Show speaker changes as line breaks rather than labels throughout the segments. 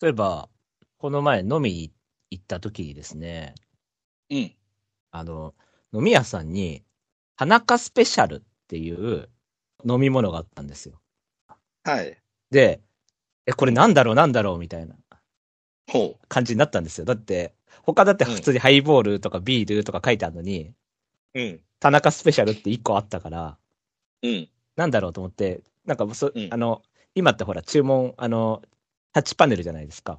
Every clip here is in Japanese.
例えば、この前飲み行った時にですね、
うん。
あの、飲み屋さんに、花かスペシャルっていう飲み物があったんですよ。
はい。
で、え、これなんだろうなんだろうみたいな
ほ
感じになったんですよ。だって、他だって普通にハイボールとかビールとか書いてあるのに、
う。うん。
田中スペシャルって1個あったから、
うん。
なんだろうと思って、なんかそ、
うん
あの、今ってほら、注文、あの、タッチパネルじゃないですか。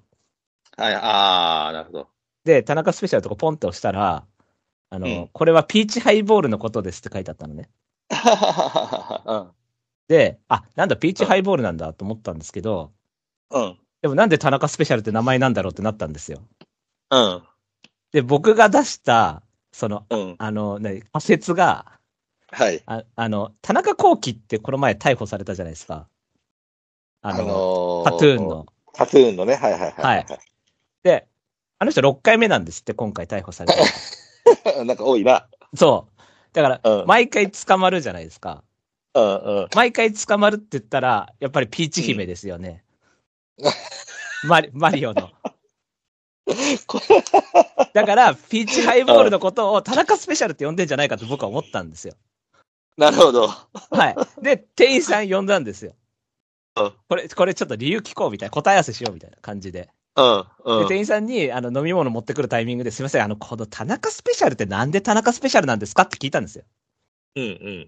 はい。ああ、なるほど。
で、田中スペシャルとかポンって押したら、あの、
うん
これはピーチハイボールのことですって書いてあったのね。で、あ、なんだ、ピーチハイボールなんだと思ったんですけど、
うん。うん。
でもなんで田中スペシャルって名前なんだろうってなったんですよ。
うん。
で、僕が出した、その、
うん。
あの、ね、仮説が、
はい。
ああの、田中幸喜ってこの前逮捕されたじゃないですか。あの、
の
タトゥーン。の。
タトゥーンのね。はいはいはい。
で、あの人6回目なんですって、今回逮捕さ れたの。
はい。 なんか多いな。
そう。だから、
うん
毎回捕まるじゃないですか。
うんうん。
毎回捕まるって言ったら、やっぱりピーチ姫ですよね。マリマリオの。
これ
だから、ピーチハイボールのことを田中スペシャルって呼んでんじゃないかと僕は思ったんですよ。
なるほど。
はい。で、店員さん呼んだんですよ
うん。
これ、これちょっと理由聞こうみたいな、答え合わせしようみたいな感じで。
うん
で、
うん。
店員さんにあの飲み物持ってくるタイミングですいません、あの、この田中スペシャルってなんで田中スペシャルなんですかって聞いたんですよ。
うんうん。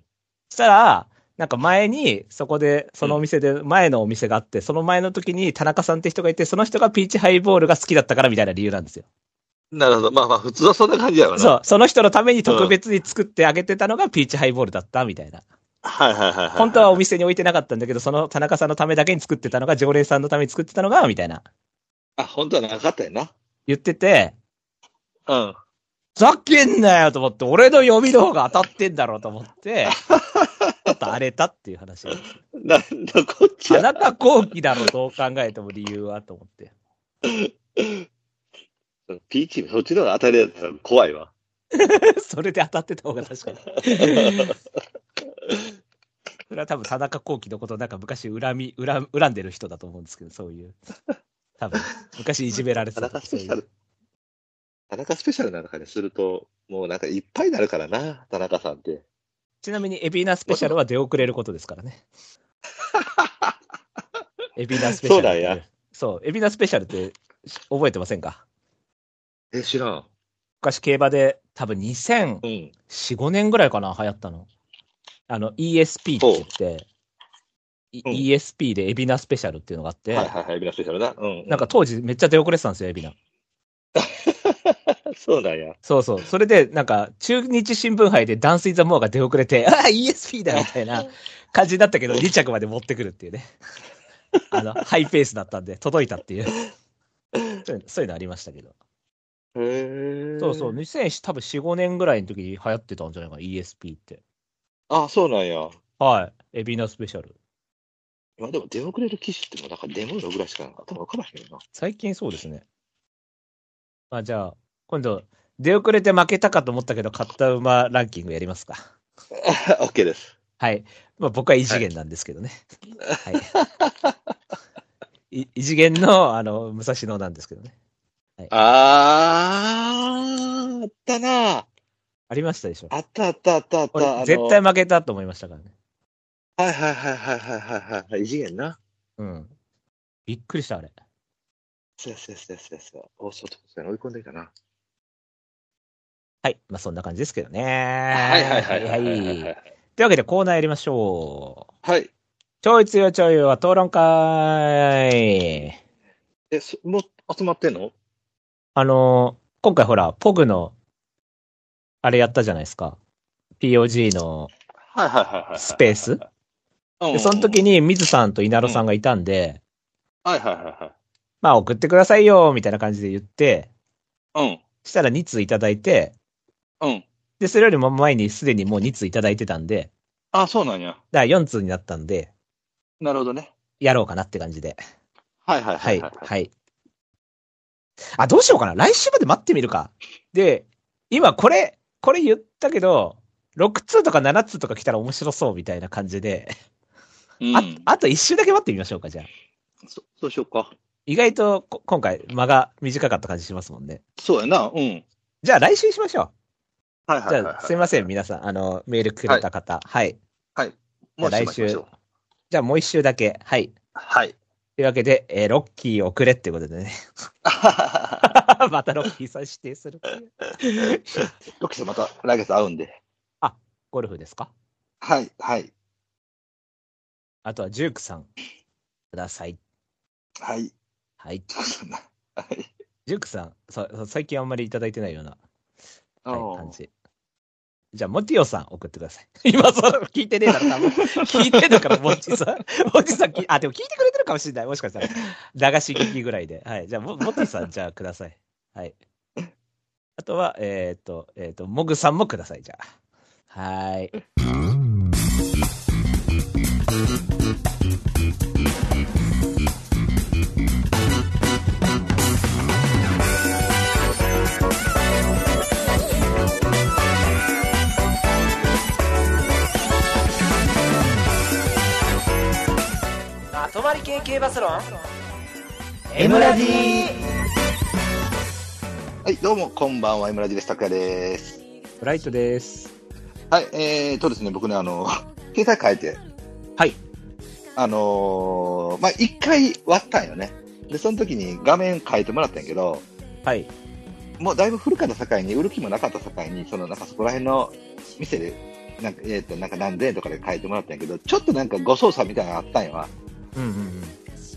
そしたら、なんか前に、そこで、そのお店で、前のお店があって、その前の時に田中さんって人がいて、その人がピーチハイボールが好きだったからみたいな理由なんですよ。
なるほど。まあまあ、普通はそんな感じだよな。
そう、その人のために特別に作ってあげてたのがピーチハイボールだったみたいな。
はいはいはいい。
本当はお店に置いてなかったんだけど、その田中さんのためだけに作ってたのが、常連さんのために作ってたのが、みたいな。
あ、本当はなかったよな。
言ってて、
うん。
ふざけんなよと思って、俺の読みの方が当たってんだろうと思 って、ちょっと荒れたっていう話です。
なんだ、こっち
田
は。
中幸喜だろ、どう考えても理由はと思って。
ピーチ、そっちの方が当たりだったら怖いわ。
それで当たってた方が確 かに。それは多分田中幸喜のことなんか昔恨み恨恨んでる人だと思うんですけどそういう多分昔いじめられて
田
たと
中
かそ
ス
う
ペ
い
シャ
う
ル。田中スペシャルなんかにすると、もうなんかいっぱいになるからな、田中さんって。
ちなみにエビーナスペシャルは出遅れることですからねエビーナスペシャルってい
そうなんや
そうエビーナスペシャルって覚えてませんか
え、知らん。
昔競馬で多分2004、
うん。
5年ぐらいかな流行ったのあの ESP って言ってい
うん
ESP でエビーナスペシャルっていうのがあって、
はいはいはい、エビナスペシャルな。うん。
なんか、当時めっちゃ出遅れてたんですよ、エビナ。
そうなんや。
そうそう。それで、なんか、中日新聞杯でダンスインザモアが出遅れて、 ああ、ESP だみたいな感じだったけど、2着まで持ってくるっていうね。 あの、ハイペースだったんで、届いたっていう。そういうそういうのありましたけど。
へえ。
そうそう、。2000多分4、5年ぐらいの時に流行ってたんじゃないかな、ESP って。
あ、そうなんや。
はい。エビナスペシャル。
まあでも、出遅れる騎士ってもうなんかデモのぐらいしか頭分からへんよな。
最近そうですね。まあ、じゃあ、今度、出遅れて負けたかと思ったけど、買った馬ランキングやりますか。
オッケーです。
はい。まあ、僕は異次元なんですけどね。 はい。い異次元の、あの、武蔵野なんですけどね。
あー、あったな。
ありましたでしょ。
あったあったあったあっ
俺
た。あの
絶対負けたと思いましたからね。
はいはいはいはいはいはいはい。異次元な。
うん。びっくりした、あれ。
そうやそうやそうやそうやそうや。お、そうそうそうや。追い込んできたな。
はい。まあ、そんな感じですけどね。
はいはいはいはいは
はい
い
は
はい
い。というわけで、コーナーやりましょう。
はい。
ちょいつよちょいよは討論会。
え、そもう集まってんの
あの、今回ほら、ポグの、あれやったじゃないですか。POG の
はいはいはいはい。
スペース。
うん
で、その時に水さんと稲呂さんがいたんで、
はいはいは
まあ送ってくださいよ、みたいな感じで言って、
いはい。
したら2通いただいて、
うん。うん。
で、それよりも前にすでにもう2通いただいてたんで、
あ、そうなんや。
だから4通になったんで、
なるほどね。
やろうかなって感じで。
はいはいは
はいい、
はい。
はい。あ、どうしようかな。来週まで待ってみるか。で、今これ、これ言ったけど、6通とか7通とか来たら面白そうみたいな感じで、
うん
ああと1週だけ待ってみましょうか、じゃあ。
そそうしようか。
意外とこ今回間が短かった感じしますもんね。
そうやな。うん。
じゃあ来週しましょ
は
う。
いはい
じ
はい、はい。
ゃあすいません、皆さん。あの、メールくれた方。はい。
もう
来
来
週
週。
じゃあもう一周だけ。はい。
はい。
というわけで、えーロッキーをくれってことでね。 またロッキーさん指定する。
ロキさんまた来月会うんで。
ゴルフですか
はい、はい、
あとはジュークさん。ください。
はい。
はい。
そうだな。はい。
ジュークさん、そうそう最近あんまりいただいてないような、
あ
はい、感
の
じ。じゃあ、モティオさん送ってください。 今、その聞いてねえだろ、多分。聞いてんだから、モッチーさん。 モッチーさんき、あ、でも聞いてくれてるかもしれない。もしかしたら。流し聞きぐらいで。はい。じゃあ、モモッチーさん、じゃあ、ください。はい。あとは、えーっと、えーっと、モグさんもください、じゃあ。はーい。まとまり系系バスロン
M ラジはい、どうも、こんばんは、村地です。拓也です。
ブライトです。
はい、えーとですね、僕ね、あの、 携帯変えて、
はい。
あのーまあ、一回割ったんよね。で、その時に画面変えてもらったんやけど、
はい。
もうだいぶ古かった境に、売る気もなかった境に、そのなんかそこら辺の店で、なんか、えーと、なんか何千円とかで変えてもらったんやけど、ちょっとなんか誤操作みたいなのがあったんやわ。
うんうんうん。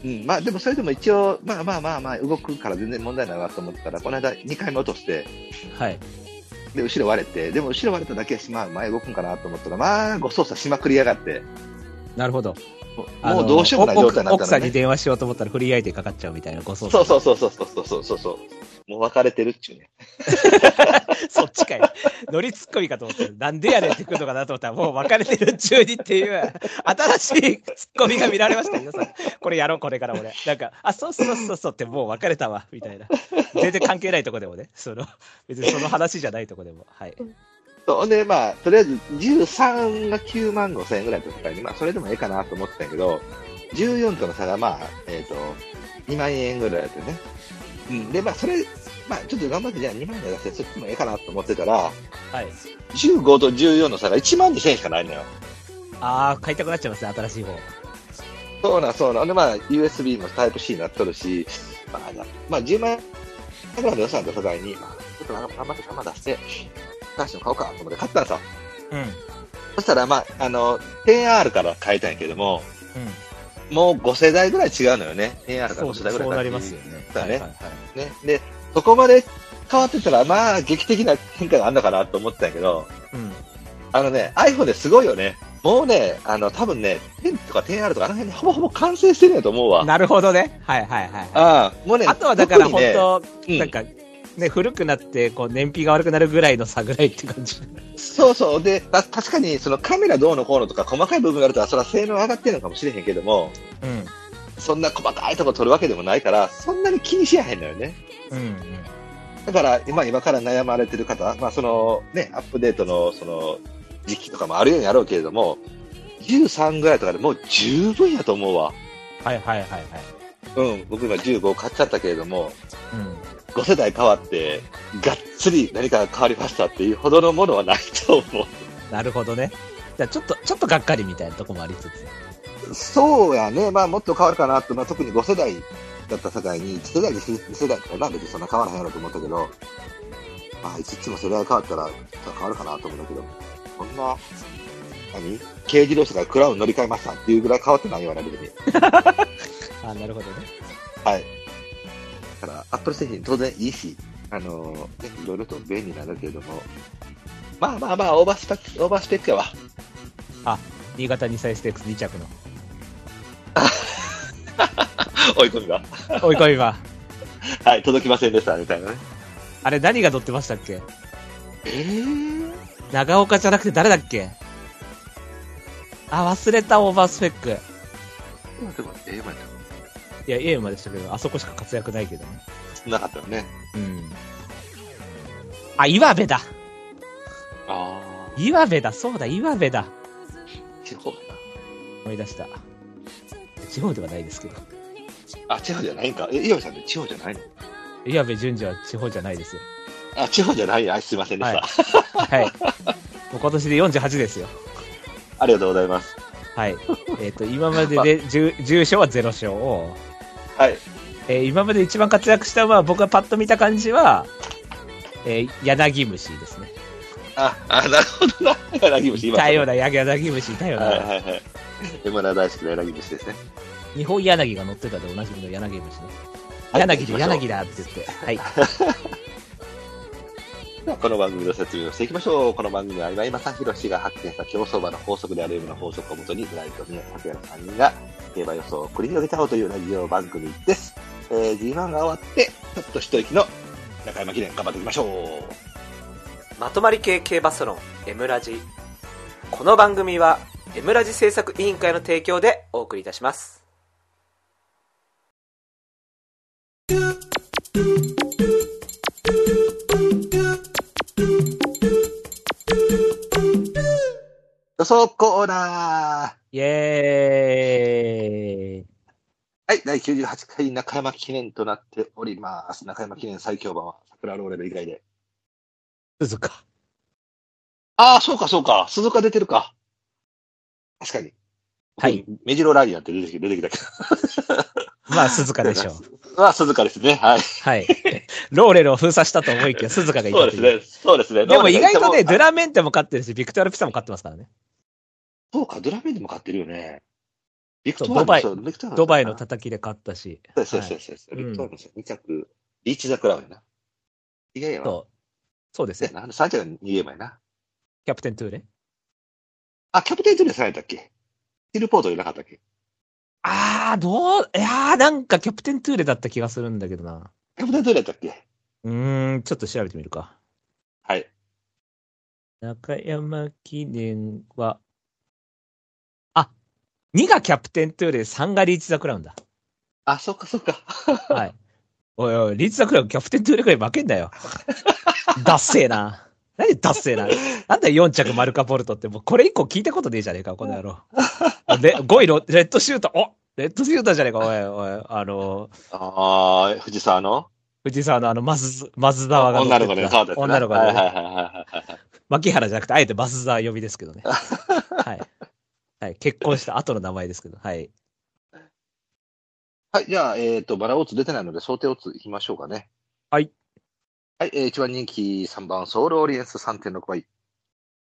うん、まあでもそれでも一応、まあまあまあまあ、動くから全然問題ないわと思ったら、この間2回目落として、
はい。
で、後ろ割れて、でも後ろ割れただけやし、まあ前動くんかなと思ったら、まあ誤操作しまくりやがって、
なるほど。
もう
あの
もうどうしようもない状態になっ
奥奥
た
さ
の
んに電話しようと思ったらフリー相手かかっちゃうみたいなご想
そうそうそうそうそうそうそうそう。もう別れてるっちゅうね。
そっちかい。乗りツッコミかと思って、なんでやねんってくるのかなと思ったら、もう別れてる中にっていう、新しいツッコミが見られましたよ、皆さん。これやろう、これから俺。なんか、あ、そうそうそうそうって、もう別れたわ、みたいな。全然関係ないとこでもね、その、別にその話じゃないとこでも。はい。
そうほんで、まあ、とりあえず13が9万5千円ぐらいだったから、まあ、それでもええかなと思ってたんやけど、14との差が、まあ、えっ、と、2万円ぐらいだったよね。うん。で、まあ、それ、まあ、ちょっと頑張って、じゃあ2万円出して、そっちもええかなと思ってたら、
はい。
15と14の差が1万2千円しかないのよ。
あー、買いたくなっちゃいますね、新しい方。
そうなん、そうなん。ほんで、まあ、USB もタイプ C になっとるし、まあ、じゃあまあ、10万円ぐらいの予算と互いに、まあ、ちょっと頑張って3万出して、新しいの買おうかと思って買ったんですよ。
うん。うん。
そしたら、まあ、あの、10R から変えたんやけども、もう5世代ぐらい違うのよね。10R から
そ
5
う
世代ぐらい
そうなります
す
よね。
だね
はいはいはい
ね。で、そこまで変わってたら、まあ、劇的な変化があんのかなと思ってたんやけど、
うん。
あのね、iPhone ですごいよね。もうね、あの、多分ね、10とか 10R とかあの辺でほぼほぼ完成してるんやと思うわ。
なるほどね。はいはいはいはい。
ああ、もうね、
あとはだから
特
本
にね
当、
うん
なんか、ね、古くなって、こう、燃費が悪くなるぐらいの差ぐらいって感じ。
そうそう。で、た確かに、そのカメラどうのこうのとか細かい部分があると、それは性能上がってるのかもしれへんけども、
うん。
そんな細かいとこ撮るわけでもないから、そんなに気にしやへんのよね。
うん、うん。
だから今今から悩まれてる方、まあそのね、アップデートのその時期とかもあるようにやろうけれども、13ぐらいとかでもう十分やと思うわ。
はいはいはいはい。
うん、僕今15買っちゃったけれども、
うん。
5世代変わって、がっつり何かが変わりましたっていうほどのものはないと思
なるほどね。じゃあちょっと、ちょっとがっかりみたいなとこもありつつ。
う。そうやね、まあもっと変わるかなって、まあ特に5世代だった境に、1世代、2世代ってなんでそんな変わらへんやろと思ったけど、まあいつつも世代が変わったら変わるかなと思うんだけど、こんな、何軽自動車からクラウン乗り換えましたっていうぐらい変わってないような別に。
あなるほどね。
はい。だから、アップル製品当然いいし、あのーね、いろいろと便利なんだけれども、まあまあまあ、オーバースペック、オーバースペックやわ。
新潟2歳ステークス2着の。
追い込みが。
追い込みは。
はい、届きませんでした、みたいなね。
あれ何が乗ってましたっけ
えー、
長岡じゃなくて誰だっけあ、忘れたオーバースペック。
でも、ええまで
いや、家までしたけど、あそこしか活躍ないけどね。
なかったよね。
うん。あ、岩部だ
ああ。
岩部だそうだ、岩部だ
地方か
思い出した。地方ではないですけど。
あ、地方じゃないんか。え、岩見さんって地方じゃないの
岩部淳二は地方じゃないですよ。
あ、地方じゃないや。すいませんでした。
ははい。もう今年で48ですよ。
ありがとうございます。
はい。えっ、と、今までで10 10勝は0勝を、
はい。
えー今まで一番活躍したのは、僕がパッと見た感じは、えー柳虫ですね。
あ、あ、なるほどな。 柳虫、
い
今。
たような、や柳虫いたよう
はい
な。
はいはい。山田大好きな柳虫ですね。
日本柳が乗ってたでおなじみの柳虫ね。
はい
柳で
行きましょう
柳だって言って。はい。
ではこの番組の説明をしていきましょう。この番組は今井正弘氏が発見した競走馬の法則であるような法則をもとに、村井と宮拓也の3人が競馬予想を繰り広げちゃおうというラジオ番組です。えー、G1 が終わって、ちょっと一息の中山記念頑張っていきましょう。
まとまり系系バスロン「エムラジ」この番組は「エムラジ」制作委員会の提供でお送りいたします
予想コーナー
イエーイ。
はい、第98回中山記念となっております。中山記念最強版は桜ローレル以外で。
鈴鹿。
ああ、そうかそうか。鈴鹿出てるか。確かに。
はい。
メジロライアンって出てき出てきたけ
まあ、鈴鹿でしょう。
ど。まあ、鈴鹿ですね。はい。
はい。ローレルを封鎖したと思いきや、鈴鹿がいた
そう
とい
ですね。そうですね。
でも意外とね、
ド
ド
ラ
ラメンテも勝ってるし、ビクトルピサも勝ってますからね。
そうか、ドラメンでも買ってるよね。ビクト
そうドバイ
そうビクト
ドバイの
そう
叩きで勝ったし。
そうそうそう
はい
そ
はい
う。ビクトルの2着、リーチザクラウンやな。意外やわ。
そう。そうです
そう
ね。
やな。3着逃げ馬やな。
キャプテントゥーレ。
あ、キャプテントゥーレされたっけティルポートいなかったっけ
あー、どう、いやー、なんかキャプテントゥーレだった気がするんだけどな。
キャプテントゥーレやったっけ
うーん、ちょっと調べてみるか。
はい。
中山記念は、あ、2がキャプテントゥーレ、3がリーチザクラウン だ。
あ、そっかそっか。
はい。おいおい、リーチザクラブキャプテントゥーレくらい負けん だよ。ダッセーな。何ダッセーな。なんだよ、4着マルカポルトって、もうこれ以降聞いたことねえじゃねえか、この野郎。 で5位ロ、レッドシューター、おレッドシューターじゃねえか、おいおい、あの、
ああ、藤沢の
藤沢のあの、マス、マズダワが乗ってた。
女の子ね、そうですね。
女の子
はいはい
ね。
はいはいはい。
牧原じゃなくて、あえてマスダワ呼びですけど ね。はい。はい、結婚した後の名前ですけど、はい。
はい、じゃあ、えっ、と、バラオーツ出てないので、想定オーツいきましょうかね。
はい。
はい、えー、1番人気3番、ソウルオリエンス3.6倍。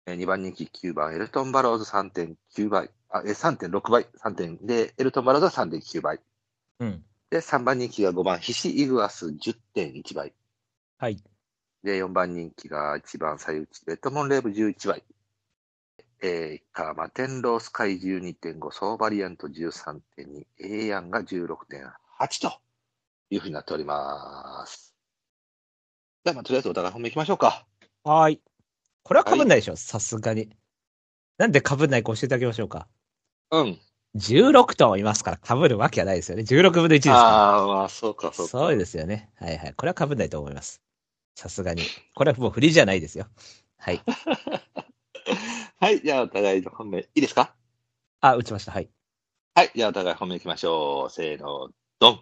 えー、2番人気9番、エルトンバローズ3.9倍。あ、えー、3.6倍。3. で、エルトンバローズは3.9倍。
うん。
で、3番人気が5番、ヒシイグアス10.1倍。
はい。
で、4番人気が1番、最内、レッドモンレーブ11倍。えー、か、マテンロースカイ12.5、ソーバリアント13.2、エーヤンが16.8というふうになっております。じゃあ、まあ、とりあえずお互い本命いきましょうか。
はーい。これは被んないでしょ、さすがに。なんで被んないか教えてあげましょうか。
うん。
16頭いますから、被るわけはないですよね。16分の1ですか。
ああ、まあ、そうからそうか。
そうですよね。はいはい。これは被んないと思います。さすがに。これはもう振りじゃないですよ。はい。
はい、じゃあ、お互いの本命、いいですか
あ、打ちました。はい。
はい、じゃあ、お互い本命いきましょう。せーの、ドン。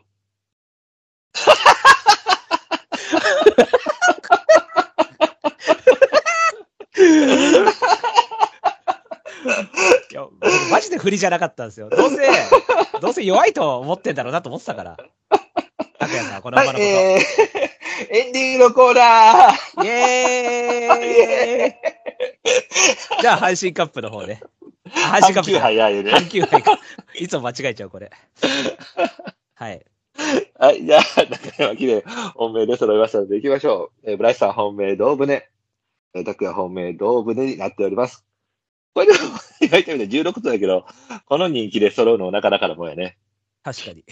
いや、僕マジで振りじゃなかったんですよ。どうせ、どうせ弱いと思ってんだろうなと思ってたから。拓也さん、この
は
馬の、こ
い
と。
えー、 エンディングのコーナー
イエーイじゃあ、阪神カップの方ね。あ阪神カップじゃない。
早いね。
阪急杯か。いつも間違えちゃう、これ。はい。
はい、じゃあ、中山記念、本命で揃いましたので、行きましょう。えー、ブライスさん本命、胴舟。えー、拓也本命、胴舟になっております。これでも、意外と見て16頭やけど、この人気で揃うのもなかなかのもんやね。
確かに。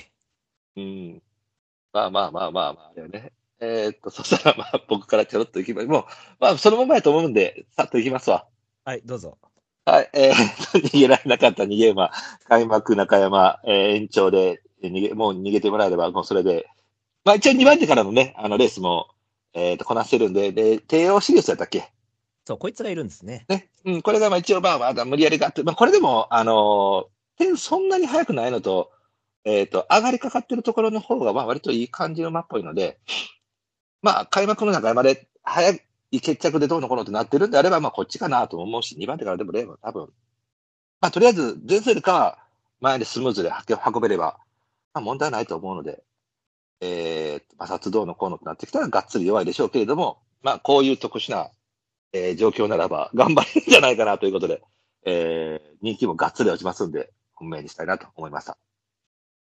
うん。まあまあまあまあまあ、だよね。えーっと、そしたらまあ、僕からちょろっと行きます。もう、まあ、そのままやと思うんで、さっと行きますわ。
はい、どうぞ。
はい、えー 逃げられなかった逃げ馬、開幕中山、えー延長でえー逃げ、もう逃げてもらえれば、もうそれで、まあ一応2番手からのね、あのレースも、えーと、こなしてるんで、で、帝王シリウスやったっけ
そう、こいつがいるんですね。
ね。うん、これがまあ一応まあまだ無理やりがあって、まあこれでも、あのー点そんなに速くないのと、えっ、と、上がりかかってるところの方が、まあ、割といい感じの馬っぽいので、まあ、開幕の中まで早い決着でどうのこうのってなってるんであれば、まあ、こっちかなとも思うし、2番手からでもレイは多分、まあ、とりあえず、前走よりかは、前でスムーズで運べれば、まあ、問題ないと思うので、えー、摩擦どうのこうのってなってきたら、がっつり弱いでしょうけれども、まあ、こういう特殊な、えー状況ならば、頑張れるんじゃないかなということで、えー、人気もがっつり落ちますんで、本命にしたいなと思いました。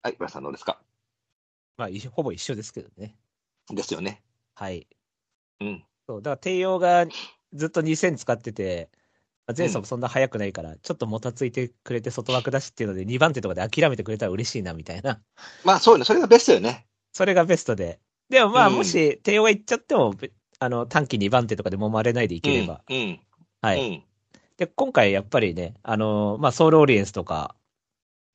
はい、村さんどうですか
まあ、一緒ほぼ一緒ですけどね。
ですよね。
はい。
うん。
そう、だから帝陽がずっと2000使ってて、まあ前走もそんな速くないから、ちょっともたついてくれて外枠出しっていうので、2番手とかで諦めてくれたら嬉しいなみたいな。
まあそういうの、それがベストよね。
それがベストで。でもまあ、
うん
もし帝王が行っちゃっても、べあの、短期2番手とかで揉まれないでいければ。
うん。うん。
はい。で、今回やっぱりね、あのーまあ、ソウルオリエンスとか、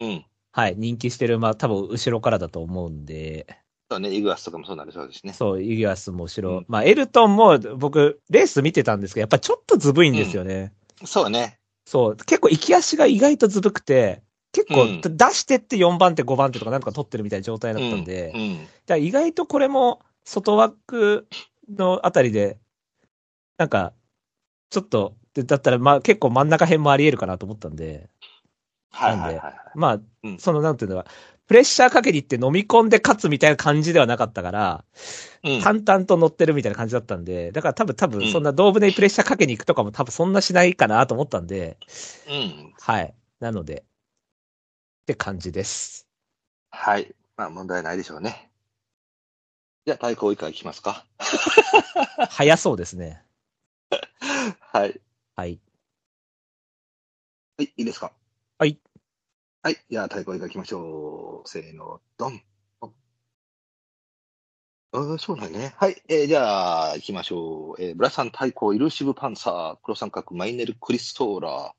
うん。うん。
はい、人気してる、まあ、多分後ろからだと思うんで、
そうね、イグアスとかもそうなりそうですしね。
そう、イギアスも後ろ、
うん
まあ、エルトンも僕、レース見てたんですけど、やっぱちょっとずぶいんですよね。
そうね。
そう、結構行き足が意外とずぶくて、結構
うん
出してって4番手、5番手とかなんとか取ってるみたいな状態だったんで、だ
う
か
ん。
ら意外とこれも外枠のあたりで、なんか、ちょっと、でだったら、まあ結構真ん中辺もあり得るかなと思ったんで、
はいはいはい。
まあ、
うん
そのなんていうのは、プレッシャーかけに行って飲み込んで勝つみたいな感じではなかったから、
うん。
淡々と乗ってるみたいな感じだったんで、だから多分多分そんなドームでプレッシャーかけに行くとかも多分そんなしないかなと思ったんで、
うん。
はい。なので、って感じです。
はい。まあ問題ないでしょうね。じゃあ対抗以下いきますか。
早そうですね。
はい。
はい。
はい、いいですか
はい。
はい。じゃあ対抗以下いきましょう。せーの、ドン。うん、そうだね。はい。えーじゃあ、行きましょう。えーブラサン対抗、イルーシブパンサー、黒三角、マイネル、クリストーラ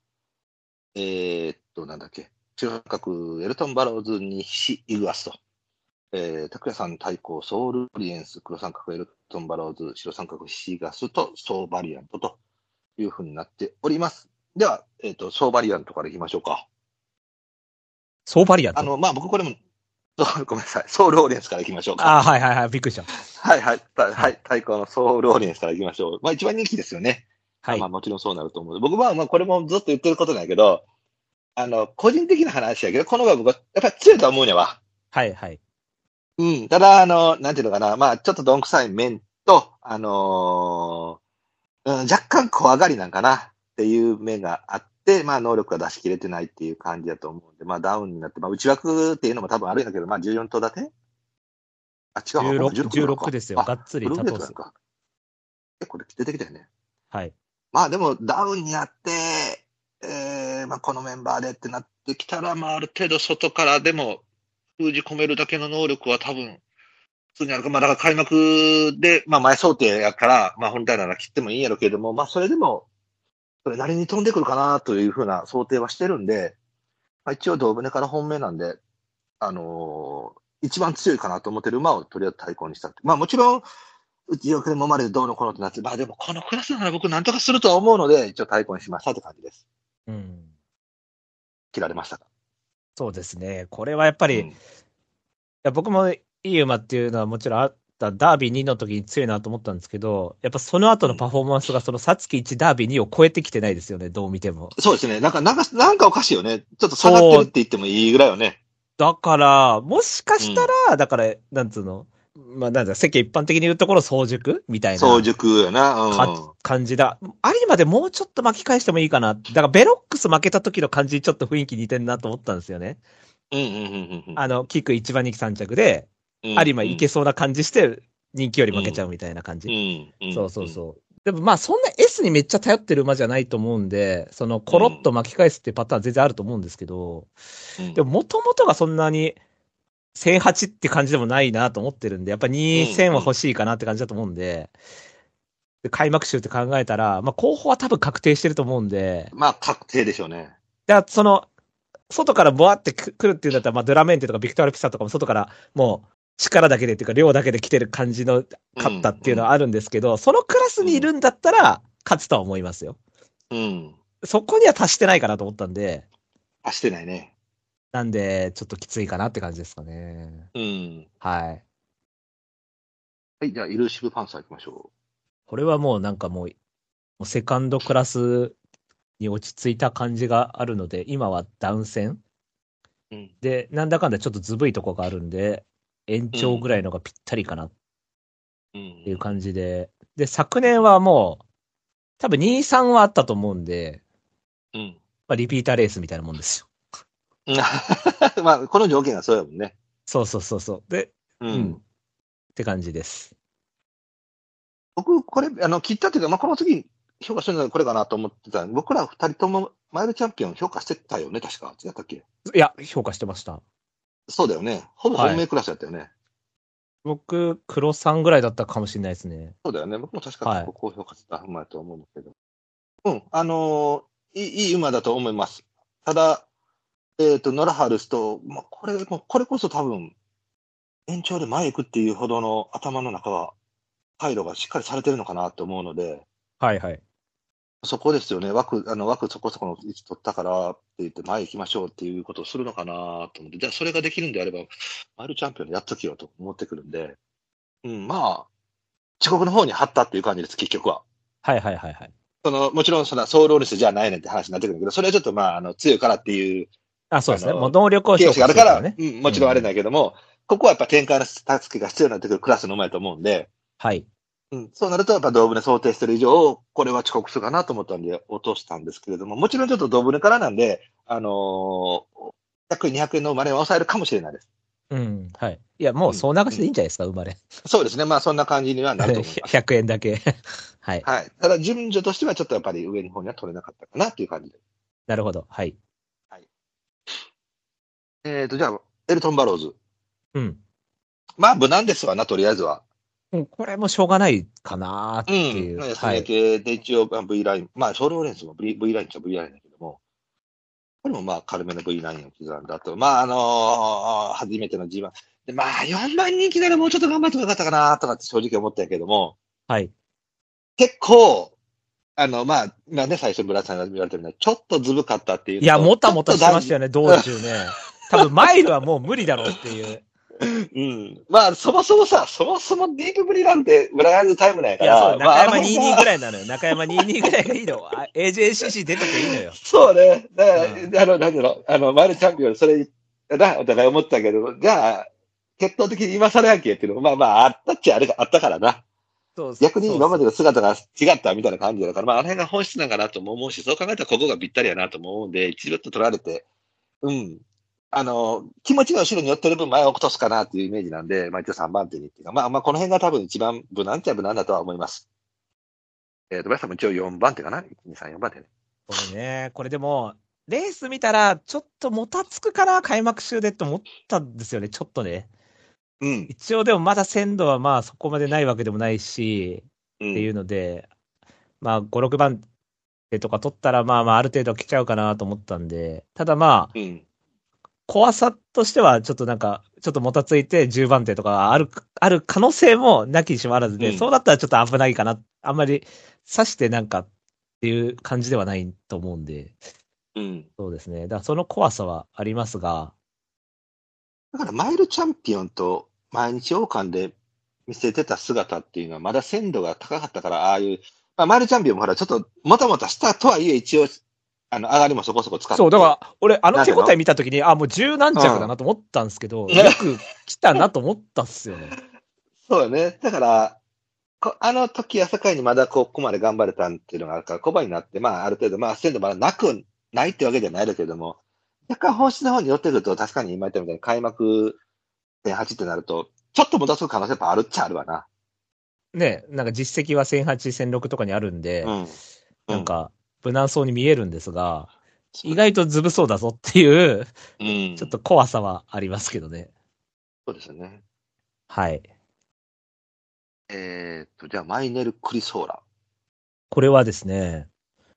ー。えーっと、なんだっけ。中三角、エルトン・バローズ、西、イグアスと。えー、拓也さん対抗、ソウル・オリエンス、黒三角、エルトン・バローズ、白三角、シーガスと、ソーバリアントというふうになっております。では、えーっと、ソーバリアントからいきましょうか。
ソーバリアント。
あの、まあ、僕これも、 そうごめんなさい。ソウル・オリエンスからいきましょうか。
あーはいはいはい。びっくりした。
はいはい。たはい。対抗のソウルオリエンスからいきましょう。まあ一番人気ですよね。
はい
まあ。もちろんそうなると思う。僕はまあこれもずっと言ってることなんやけど、あの、個人的な話やけど、この場合僕はやっぱり強いとは思うねわ。
はいはい。
うん。ただ、あの、なんていうのかな。まあちょっとどんくさい面と、あのーうん、若干怖がりなんかなっていう面があって、まあ能力が出し切れてないっていう感じだと思うんで、まあダウンになって、まあ内枠っていうのも多分あるんだけど、まあ14頭立てあ、違う
16、
なのか
16ですよ。
あ
がっつり
ブルー
多
ベル
頭数
トなん。か。結構出てきたよね。
はい。
まあでもダウンになって、えーまあ、このメンバーでってなってきたら、まあ、ある程度外からでも封じ込めるだけの能力は多分、普通にあるか、まあ、だから開幕で、まあ、前想定やから、まあ、本体なら切ってもいいんやろうけれども、まあ、それでも、それなりに飛んでくるかなというふうな想定はしてるんで、まあ、一応、ドーブネから本命なんで、あのー一番強いかなと思ってる馬をとりあえず対抗にしたって。まあ、もちろん、うちよくで揉まれてどうのこうのってなって、まあでもこのクラスなら僕なんとかするとは思うので、一応対抗にしましたって感じです。
うん。
切られましたか。
そうですね。これはやっぱり、
う
い
ん
や僕もいい馬っていうのはもちろんあった。ダービー2の時に強いなと思ったんですけど、やっぱその後のパフォーマンスがそのサツキ1ダービー2を超えてきてないですよね、どう見ても。
そうですね。なんか、なんか、なんかおかしいよね。ちょっと下がってるって言ってもいいぐらいよね。
だから、もしかしたら、だから、なんつうの、まあ、なんだ、世間一般的に言うところ、早熟みたいな
早熟やな。うん。
か感じだ。ありまでもうちょっと巻き返してもいいかな。だから、ベロックス負けた時の感じにちょっと雰囲気似てんなと思ったんですよね。
うんうんうんうん
あの、キック1番人気3着で、
うん。
有馬いけ
そ
そうな感じして、人気より負けちゃうみたいな感じ。
うん。
そうそうそう。でもまあそんな S にめっちゃ頼ってる馬じゃないと思うんで、そのコロッと巻き返すっていうパターン全然あると思うんですけど、
うん。
でも、もともとがそんなに、1008って感じでもないなと思ってるんで、やっぱ2000は欲しいかなって感じだと思うんで、で開幕週って考えたら、まあ候補は多分確定してると思うんで、
まあ、確定でしょうね。
だからその、外からボワってく来るっていうんだったら、まあドゥラメンテとかビクトルピサとかも外からもう力だけでっていうか量だけで来てる感じの勝ったっていうのはあるんですけど、そのクラスにいるんだったら勝つとは思いますよ。
うん。
そこには達してないかなと思ったんで、
あ、してないね。
なんで、ちょっときついかなって感じですかね。
うん。
はい。
はい、じゃあ、イルーシブパンサー行きましょ
これはもうなんかもう、もうセカンドクラスに落ち着いた感じがあるので、今は断線
う。うん。
で、なんだかんだちょっとずぶいとこがあるんで、延長ぐらいのがぴったりかなっ
うん
ていう感じで、で、昨年はもう、多分2、3はあったと思うんで、
うん。
まあ、リピーターレースみたいなもんですよ。
まあ、この条件がそうやもんね。
そうそうそうそう。で、
う
うん。って感じです。
僕、これ、あの、切ったというか、まあ、この次、評価してるのはこれかなと思ってた。僕ら二人とも、マイルチャンピオン評価してたよね、確か。違ったっけ
いや、評価してました。
そうだよね。ほぼ
はい
本命クラスだったよね。
僕、黒さんぐらいだったかもしれないですね。
そうだよね。僕も確
は
か
い
ここ評価してた馬やと思うんだけど。うん、あのーいい、いい馬だと思います。ただ、えっ、と、ノラハルスと、まあ、これ、もうこれこそ多分、延長で前行くっていうほどの頭の中は、回路がしっかりされてるのかなと思うので、
はいはい。
そこですよね、枠、あの枠そこそこの位置取ったからって言って、前行きましょうっていうことをするのかなと思って、じゃあそれができるんであれば、マイルチャンピオンでやっときよと思ってくるんで、うん、まあ、遅刻の方に張ったっていう感じです、結局は。
はいはいはいはい。
そのもちろん、そのソウルオリスじゃないねんって話になってくるけど、それはちょっとまあ、あの強いからっていう
あ、そうですね。
あの
もう能力を
ケ
評価
ース
す
があ
る
るか、
かららね。
うん、もちろんあれなんやけども、ここはやっぱ展開の助けが必要になってくるクラスの馬やと思うんで、
はい。
うん、そうなると、やっぱドーブネ想定してる以上、これは遅刻するかなと思ったんで、落としたんですけれども、もちろんちょっとドーブネからなんで、あのー、100円、200円のマネは抑えるかもしれないです。
うん。はい。いや、もうそう流していいんじゃないですか、生まれ。
そうですね、まあそんな感じにはなると思 い ます。
100円だけ。はい。
はい、ただ、順序としてはちょっとやっぱり上の方には取れなかったかなっていう感じで。
なるほど。はい。
えっ、ー、と、じゃあ、エルトン・バローズ。
うん。
まあ、無難ですわな、とりあえずは。
うんこれもしょうがないかなーって
う
い
ん。
う。
まあ安
は
値
い。
系で一応まあ V ライン、まあ、ソウルオレンスも V, v ラインっちゃ V ラインだけども、これもまあ軽めの V ラインを刻んだと、まあ、あのー初めての G1。で、まあ、4番人気ならもうちょっと頑張ってもよかったかなとかって正直思ったんやけども、
はい。
結構、あの、まあ、まあね、最初、村田さんが言われたみたいに、ちょっとずぶかったっていうのと。
いや、もたもたしてました
よ。
よね、道中ね。多分マイルはもう無理だろうって いう。
うん。まあ、そもそもさ、そもそもディープブリなんて、ブライアンズタイムなんや
い
か
や、
ら。
そう、
まあ
中山22ぐらいなのよ。中山22ぐらいがいいの。あ AJCC 出とけいいのよ。
そうね。だから、
うん
あの、なんだろう、あの、マイルチャンピオン、それ、な、お互い思ったけど、じゃあ、決闘的に今更やんけっていうのも、まあまあ、あったっちゃあれがあったからな。
そうそう
逆に今までの姿が違ったみたいな感じだから、まあ、あの辺が本質なんかなとも思うし、そう考えたらここがぴったりやなとも思うんで、一度と取られて、うん。あの、気持ちが後ろに寄ってる分前を落とすかなっていうイメージなんで、まあ一応3番手にっていうか、まあまあこの辺が多分一番無難っちゃ無難だとは思います。えっ、と、皆さんも一応4番手かな ?1、2、3、4番手ね。
これね、これでも、レース見たら、ちょっともたつくかな、開幕週でって思ったんですよね、ちょっとね。
うん。
一応でもまだ鮮度はまあそこまでないわけでもないし、
うん
っていうので、まあ5、6番手とか取ったら、まあまあある程度来ちゃうかなと思ったんで、ただまあ、
うん。
怖さとしてはちょっとなんか、ちょっともたついて10番手とかある、ある可能性もなきにしもあらずで、
うん
そうだったらちょっと危ないかな、あんまり刺してなんかっていう感じではないと思うんで、
うん。
そうですね。だからその怖さはありますが、
だから、マイルチャンピオンと毎日王冠で見せてた姿っていうのは、まだ鮮度が高かったから、ああいう、まあ、マイルチャンピオンもほら、ちょっと、もたもたしたとはいえ、一応、あの、上がりもそこそこ使って。
そう、だから、俺、あの手応
なんてい
え
うの
見たときに、あ、もう十何着だなと思ったんですけど、
うん
よく来たなと思ったっすよね。
そうよね。だから、こあの時や境にまだここまで頑張れたっていうのがあるから、コバになって、まあ、ある程度、まあ、鮮度まだなく、ないってわけじゃないだけれども、若干本質の方に寄ってくると、確かに今言ったみたいに開幕1.8ってなると、ちょっともたつく可能性やっぱあるっちゃあるわな。
ね、なんか実績は1008、1006とかにあるんで、
うん。
なんか、無難そうに見えるんですが、意外とずぶそうだぞっていう、
うん、
ちょっと怖さはありますけどね。
そうですよね。
はい。
えーっと、じゃあ、マイネル・クリソーラ。
これはですね、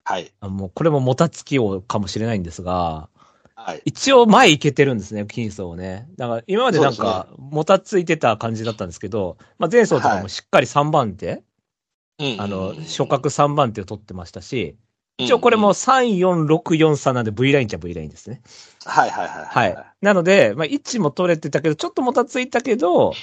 はい。
あもうこれももたつき王かもしれないんですが、
はい。
一応前行けてるんですね、金層をね。だから今までなんか、もたついてた感じだったんですけど、まあ、前走とかもしっかり3番手、あの、初角3番手を取ってましたし、一応これも3、4、6、4、3なんで V ラインじゃ V ラインですね。
はいはいはい。
はい。なので、まあ、位置も取れてたけど、ちょっともたついたけど、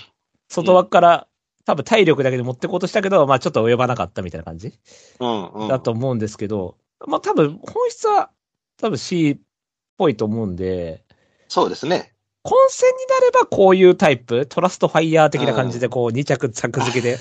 外枠から、多分体力だけで持ってこうとしたけど、まあ、ちょっと及ばなかったみたいな感じ
うんうん。
だと思うんですけど、まあ、多分、本質は、多分 C っぽいと思うんで、
そうですね。
混戦になればこういうタイプ、トラストファイヤー的な感じで、こう、2着着付けで、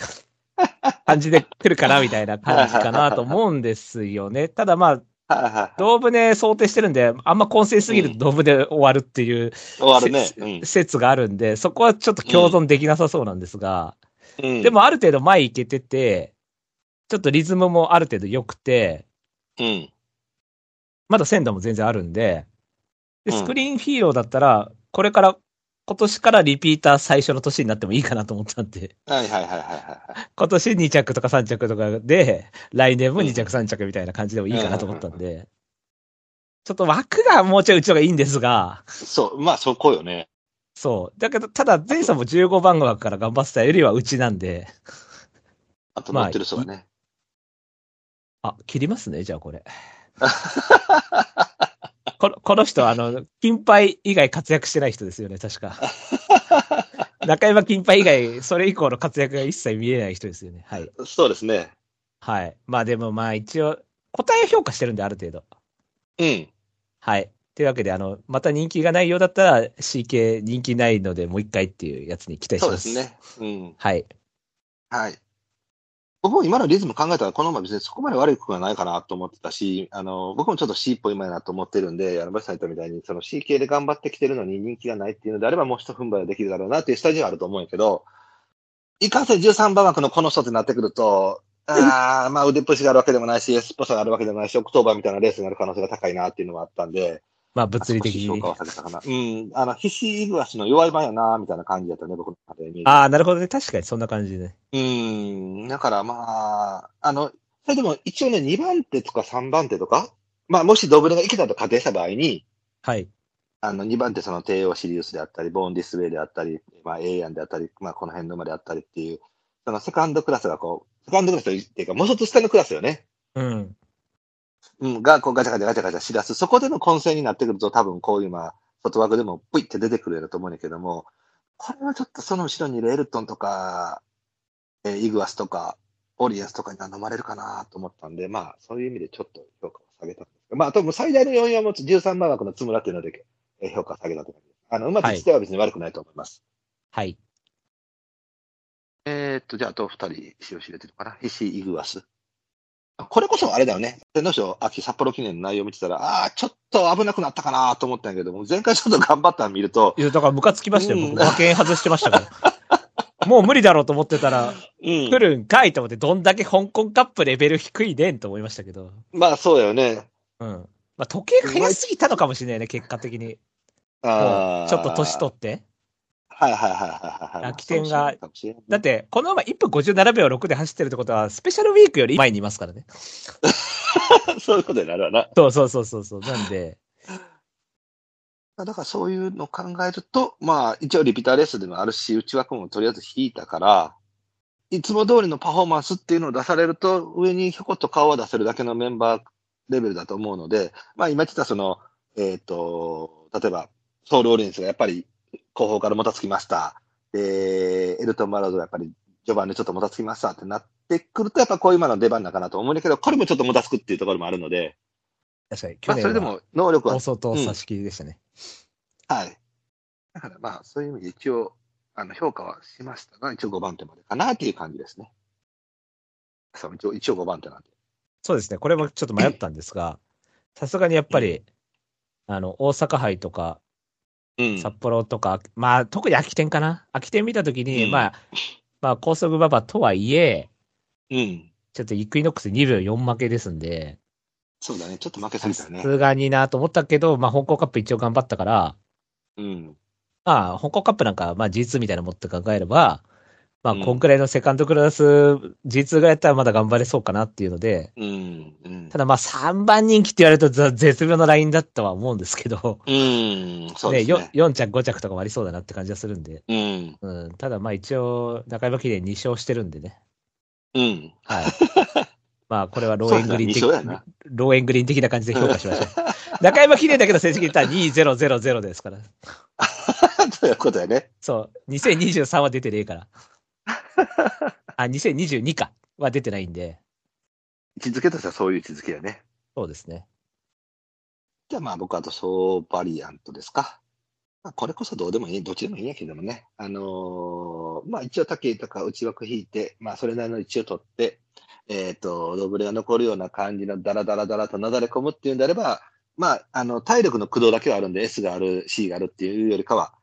感じで来るかな、みたいな感じかなと思うんですよね。ただまあ、
はいはいはい。
ドーブネ想定してるんで、あんま混戦すぎるとドーブネ終わるっていう
終わるね。うん
説があるんで、そこはちょっと共存できなさそうなんですが、
うん。
でもある程度前行けてて、ちょっとリズムもある程度良くて、
うん。
まだ鮮度も全然あるんで、で
うん
スクリーンヒーローだったら、これから、今年からリピーター最初の年になってもいいかなと思ったんで、
はいはいはいはいはい。
今年2着とか3着とかで、来年も2着3着みたいな感じでもいいかなと思ったんで、ちょっと枠がもうちょいうちの方がいいんですが、
そう、まあそこよね。
そう。だけど、ただ、前さんも15番枠から頑張ってたよりはうちなんで、
あと乗ってる人がね。
あ、切りますね、じゃあこ れ。このこの人、あの、金牌以外活躍してない人ですよね、確 か。中山金牌以外、それ以降の活躍が一切見えない人ですよね。はい。
そうですね。
はい。まあでもまあ一応、答えを評価してるんで、ある程度。
うん。
はい。というわけで、あの、また人気がないようだったら、CK 人気ないので、もう一回っていうやつに期待し
そう
ま。
ですす。ね。うん。
はい。
はい。僕も今のリズム考えたら、このまま別にそこまで悪いことはないかなと思ってたし、あの、僕もちょっと C っぽい前なと思ってるんで、あの、バシさん言ったみたいに、その C 系で頑張ってきてるのに人気がないっていうのであれば、もう一踏ん張りはできるだろうなっていうスタジオはあると思うんやけど、いかんせん13番枠のこの人ってなってくると、あーまあ 腕っぷしがあるわけでもないし、S っぽさがあるわけでもないし、オクトーバーみたいなレースになる可能性が高いなっていうのもあったんで、
まあ物理的
少し
に
評。価は下げたかな。うん、あの、必死イグアシの弱い版やな、みたいな感じだったね、僕の中でイメージ。
ああ、なるほどね。確かにそんな感じで、ね。
うーん、だからまあ、あの、それでも一応ね、2番手とか3番手とか、まあもしドブレがいけたと仮定した場合に、
はい。
あの、2番手その帝王シリウスであったり、ボーンディスウェイであったり、まあエイアンであったり、まあこの辺の馬であったりっていう、そのセカンドクラスがこう、セカンドクラスというっていうか、もう一つ下のクラスよね。
うん。
うん、がこうガチャガチャガチャガチャしだす。そこでの混戦になってくると多分こういうまあ、外枠でもプイって出てくるやろと思うんだけども、これはちょっとその後ろにレールトンとか、えーイグアスとか、オリエンスとかには飲まれるかなと思ったんで、まあ、そういう意味でちょっと評価を下げたんですけど、まあ、多分最大の要因はもう13番枠の津村っていうので、えー評価を下げたと思います。あの、うまく自体は別に悪くないと思います。
はい。
えーっと、じゃあ、あと2人、塩知れてるかな。ヒシ、イグアス。あこれこそあれだよね。天皇賞秋札幌記念の内容見てたら、ああー、ちょっと危なくなったかなと思ったんやけども、前回ちょっと頑張ったの見ると、
いや、だからムカつきましたよ。
うん
僕、馬券外してましたから。 もう無理だろうと思ってたら、
うん
来るんかいと思って、どんだけ香港カップレベル低いねんと思いましたけど。
まあ、そうだよね。
うん。まあ、時計が早すぎたのかもしれないね、結果的に。も
あ
う
あ。
ちょっと年取って。
はいはいはいはいはい。
楽天が
そうかもしれない
だって、このまま1分57秒6で走ってるってことは、スペシャルウィークより前にいますからね。
そういうことになるわな。
そうそうそうそうそう。なんで、
まあだからそういうのを考えると、まあ一応リピーターレースでもあるし、内枠もとりあえず引いたから、いつも通りのパフォーマンスっていうのを出されると、上にひょこっと顔を出せるだけのメンバーレベルだと思うので、まあ今言ってたその、えっ、と、例えば、ソウルオリエンスがやっぱり後方からもたつきました。で、エルトン・マラドーがやっぱり序盤でちょっともたつきましたってなってくると、やっぱこういう今の出番だかなと思うんだけど、これもちょっともたつくっていうところもあるので、
確かに、去
まあそれで
年は
も能力は
大外差し切りでしたね。
はい。だからまあ、そういう意味で一応、あの評価はしましたが、一応5番手までかなっていう感じですね。そう一応、一応5番手なんで。
そうですね、これもちょっと迷ったんですが、さすがにやっぱり、あの、大阪杯とか、
うん
札幌とか、まあ、特に秋天かな。秋天見たときに、
うん
まあ、まあ、高速馬場とはいえ、
うん。
ちょっとイクイノックス2秒4負けですんで、
そうだね。ちょっと負けす
さ
ぎたね。
すがになと思ったけど、まあ、香港カップ一応頑張ったから、
うん。
まあ、香港カップなんか、まあ、G2 みたいなの持って考えれば、まあ、
うん
こんくらいのセカンドクラス、G2 ぐらいだったらまだ頑張れそうかなっていうので、
うん。うん
た。だまあ、3番人気って言われるとざ絶妙なラインだとは思うんですけど、
うん。そう
ね
ですね。
4着、5着とかもありそうだなって感じがするんで、
うん。
うん、ただまあ一応、中山記念2勝してるんでね、
うん。
はい。まあ、これはロ
そ
ーエ
うや
ン
な
グリーン的
二勝やな、
ローエングリーン的な感じで評価しましょう。 中山記念だけの成績で言ったら2000ですから。
ということやね。
そう。2023は出てねえ から。あ、2022か。は出てないんで。
位置づけとしてはそういう位置づけやね。
そうですね。
じゃあまあ僕はあと総バリアントですか。まあ、これこそどうでもいい、どっちでもいいんやけどもね。あのーまあ一応竹とか内枠引いて、まあそれなりの位置を取って、えっ、と、ドブレが残るような感じのダラダラダラとなだれ込むっていうんであれば、まあ、あの、体力の駆動だけはあるんで S がある、C があるっていうよりかは、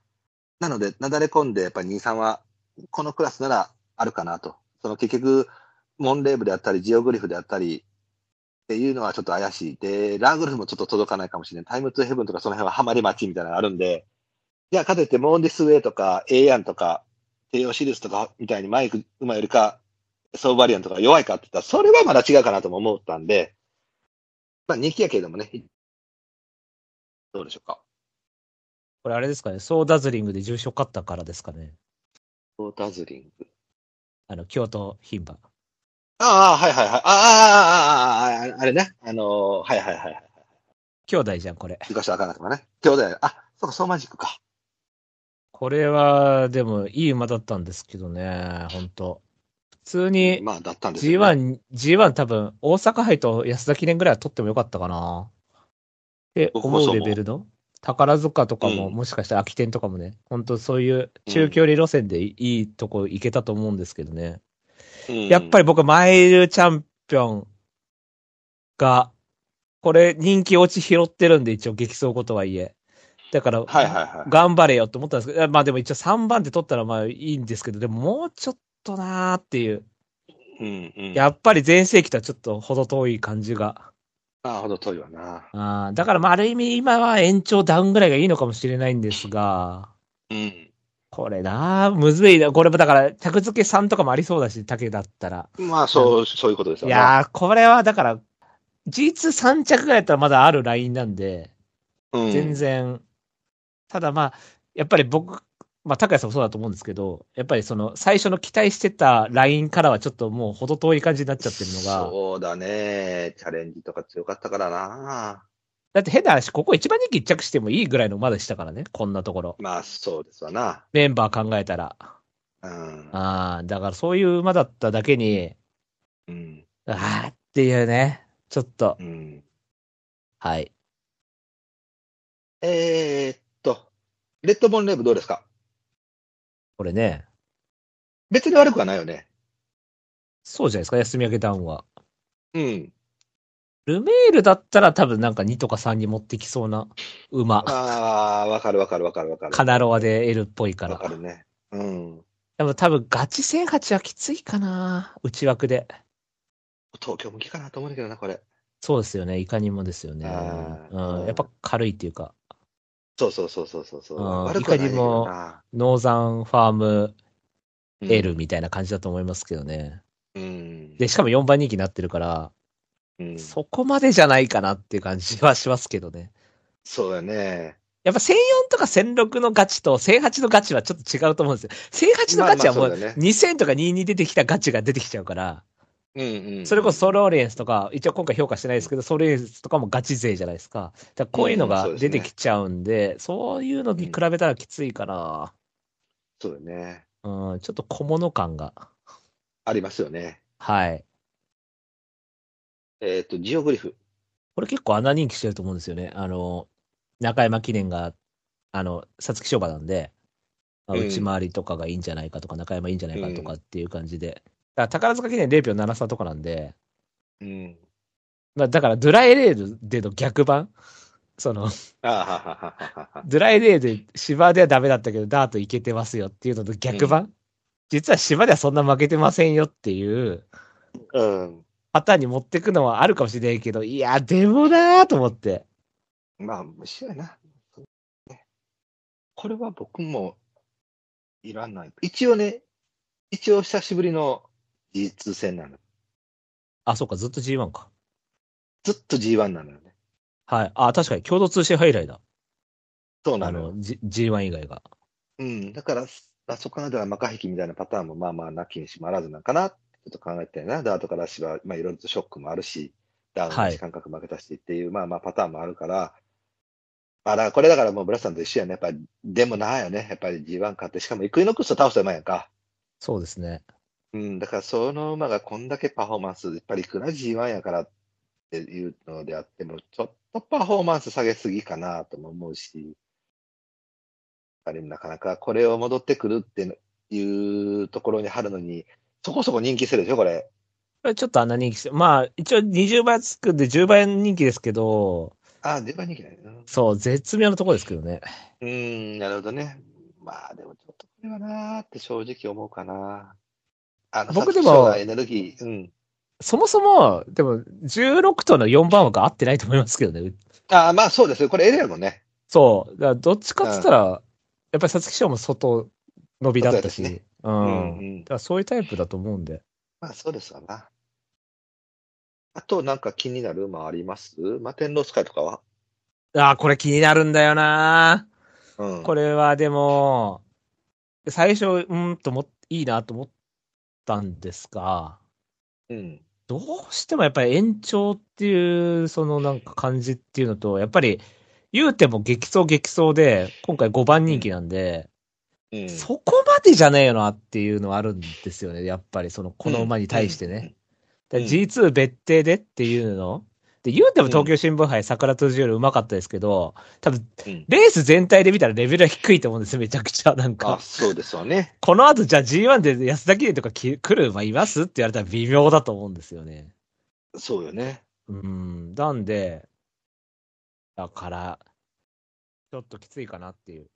なので、なだれ込んで、やっぱり2、3は、このクラスならあるかなと。その結局、モンレーブであったり、ジオグリフであったり、っていうのはちょっと怪しい。で、ラーグルフもちょっと届かないかもしれない。タイムトゥヘブンとかその辺はハマり待ちみたいなのがあるんで、じゃあ勝ててモーンディスウェイとか、エイアンとか、帝王シリーズとかみたいにマイク馬よりか、ソーバリアンとか弱いかって言ったら、それはまだ違うかなとも思ったんで、まあ人気やけれどもね、どうでしょうか。
これあれですかね。ソーダズリングで重賞勝ったからですかね。
ソーダズリング。
あの、京都牝馬。
ああ、はいはいはい。ああ、ああ、ああ、あれね。あのはいはいはい。
兄弟じゃん、これ。
行かしてあかんなとかね。兄弟、あ、そうか、ソーマジックか。
これは、でも、いい馬だったんですけどね。本当普通に、
まあ、だったんですよ、ね。
G1、G1 多分、大阪杯と安田記念ぐらいは取ってもよかったかな。って思うレベルの宝塚とかも、
うん
もしかしたら空き店とかもね、本当そういう中距離路線でいい,、とこ行けたと思うんですけどね。やっぱ
り、
り僕、マイルチャンピオンが、これ人気落ち拾ってるんで、一応激走後とはいえ。だから、
はいはいはい。
頑張れよと思ったんですけど、まあでも一応3番手取ったらまあいいんですけど、でももうちょっとなーっていう。
うんうん。
やっぱり前世紀とはちょっと程遠い感じが。
なるほど、遠いわな。
あーだからまあある意味今は延長ダウンぐらいがいいのかもしれないんですが、
うん。
これなあむずいな。これもだから、着付け3とかもありそうだし、竹だったら。
まあ、そう、そういうことです
い
よね。
やー、これはだから、G23 着ぐらいだったらまだあるラインなんで、
うん、
全。然。ただまあ、やっぱり僕、まあ、高谷さんもそうだと思うんですけど、やっぱりその、最初の期待してたラインからはちょっともう程遠い感じになっちゃってるのが、
そうだね。チャレンジとか強かったからな。
だって変な話、ここ一番人気一着してもいいぐらいの馬でしたからね、こんなところ。
まあ、そうですわな。
メンバー考えたら。
うん。
ああ、だからそういう馬だっただけに、
うん。
ああっていうね、ちょっと
う、ん。
はい。
えー、っと、レッドボーンレーブどうですか
これね、
別に悪くはないよね。
そうじゃないですか、休み明けダウンは。
うん。
ルメールだったら多分なんか2とか3に持ってきそうな馬。
ああ、わかるわかるわかるわかる。
カナロアで L っぽいか
わ
ら
か。るね。うん。
でも多分ガチ1008はきついかな、内枠で。
東京向きかなと思うんだけどな、これ。
そうですよね、いかにもですよね。
あー
うん、やっぱ軽いっていうか、
そうそうそうそうそうそう。
あー
悪くはないけど
い
な。
ノーザンファーム
うん
L みたいな感じだと思いますけどね。
うん。
で、しかも4番人気になってるから、
うん、
そこまでじゃないかなっていう感じはしますけどね。
そうだね。
やっぱ1004とか1006のガチと1008のガチはちょっと違うと思うんですよ。1008のガチはも
まあ
う
まあそうだね
2000とか22出てきたガチが出てきちゃうから、
うんうん、
それこそソローレンスとか、一応今回評価してないですけど、ソローレンスとかもガチ勢じゃないですか。だからこういうの
うん
が
そうです
出
ね
てきちゃうんで、そういうのに比べたらきついかな。
そうだね。
うん、ちょっと小物感が。
ありますよね。
はい。
えっ、と、ジオグリフ。
これ結構穴人気してると思うんですよね。あの、中山記念が、あの、さつき商売なんで、まあ
うん
内回りとかがいいんじゃないかとか、中山いいんじゃないかとかっていう感じで。だから宝塚記念0秒73とかなんで、
うん。
まあだからドライレールでの逆版その、
あーははははは。
ドライレールで芝ではダメだったけど、ダートいけてますよっていうのと逆版、実は芝ではそんな負けてませんよっていう
うん。
パターンに持ってくのはあるかもしれないけど、いや、でもなーと思って。
まあ、面白いな。ねこれは僕もいらない。一応ね、一応久しぶりの G2 戦なの。
あ、そうか、ずっと G1 か。
ずっと G1 なのよね。
はい。あ、確かに共同通信ハイライだ。
そうな
あ
のよ
の、。G、G1 以外が。
うん。だから、あそこからではマカヒキみたいなパターンもまあまあなきにしもあらずなんかなってょっと考えてたよな、ダートからしは、まあ、いろいろとショックもあるし、ダウンの時間隔も負けたしっていう、まあまあパターンもあるから、まあだからこれだからもうブラスさんと一緒やね。やっぱり、でもなよね。やっぱり G1 勝って、しかもイクイノックスと倒した馬やんか。
そうですね。
うん、だからその馬がこんだけパフォーマンス、やっぱりいくら G1 やからっていうのであっても、ちょっとパフォーマンス下げすぎかなとも思うし、やっぱりなかなかこれを戻ってくるっていうところに張るのに、そこそこ人気するでしょ、これ。
これちょっとあんな人気して、まあ、一応20倍つくんで10倍人気ですけど、
ああ、出番人気ないな。
そう、絶妙なとこですけどね。
うーん、なるほどね。まあでもちょっとこれはなーって正直思うかな。あの、
僕
さ
で
っき
も
将来エネルギー、うん。
そもそも、でも、16との4番枠合ってないと思いますけどね。
ああ、まあそうですよ。これエレアもんね。
そう。だからどっちかっつったら、やっぱり皐月賞も外伸びだったし、
外です
う。
うん
だ
ん。
からそういうタイプだと思うんで。
まあそうですわな。あとなんか気になる馬ありますマテンロスカイとかは
ああ、これ気になるんだよな
うん。
こ
れ。
れはでも、最初、うーんとも、いいなと思ったんですが、
うん。
どうしてもやっぱり延長っていう、そのなんか感じっていうのと、やっぱり、言うても激走激走で、今回5番人気なんで、
うん。
そこまでじゃねえよなっていうのはあるんですよね、やっぱり、その、この馬に対してね。だから G2 別定でっていうので、言うても東京新聞杯、桜とじよりうまかったですけど、多分
うん、
レース全体で見たらレベルは低いと思うんですめちゃくちゃ。なん
あ、
か、
そうですわね。
この後じゃあ G1 で安田記念とかき来る馬いますって言われたら微妙だと思うんですよね。
そうよね。
うん。なんで、だから、ちょっときついかなっていう。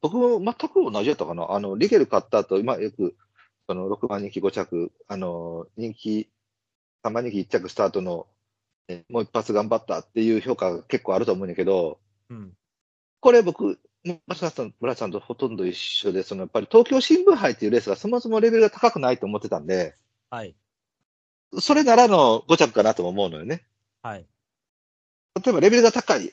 僕も全く同じやったかな。あの、リゲル買った後、今よく、その6番人気5着、あの、人気、3番人気1着スタートの、えもう一発頑張ったっていう評価が結構あると思うんだけど、
うん。こ
これ僕、村さん、村さんとほとんど一緒で、そのやっぱり東京新聞杯っていうレースがそもそもレベルが高くないと思ってたんで、
はい。
それならの5着かなとも思うのよね。
はい。
例えばレベルが高い、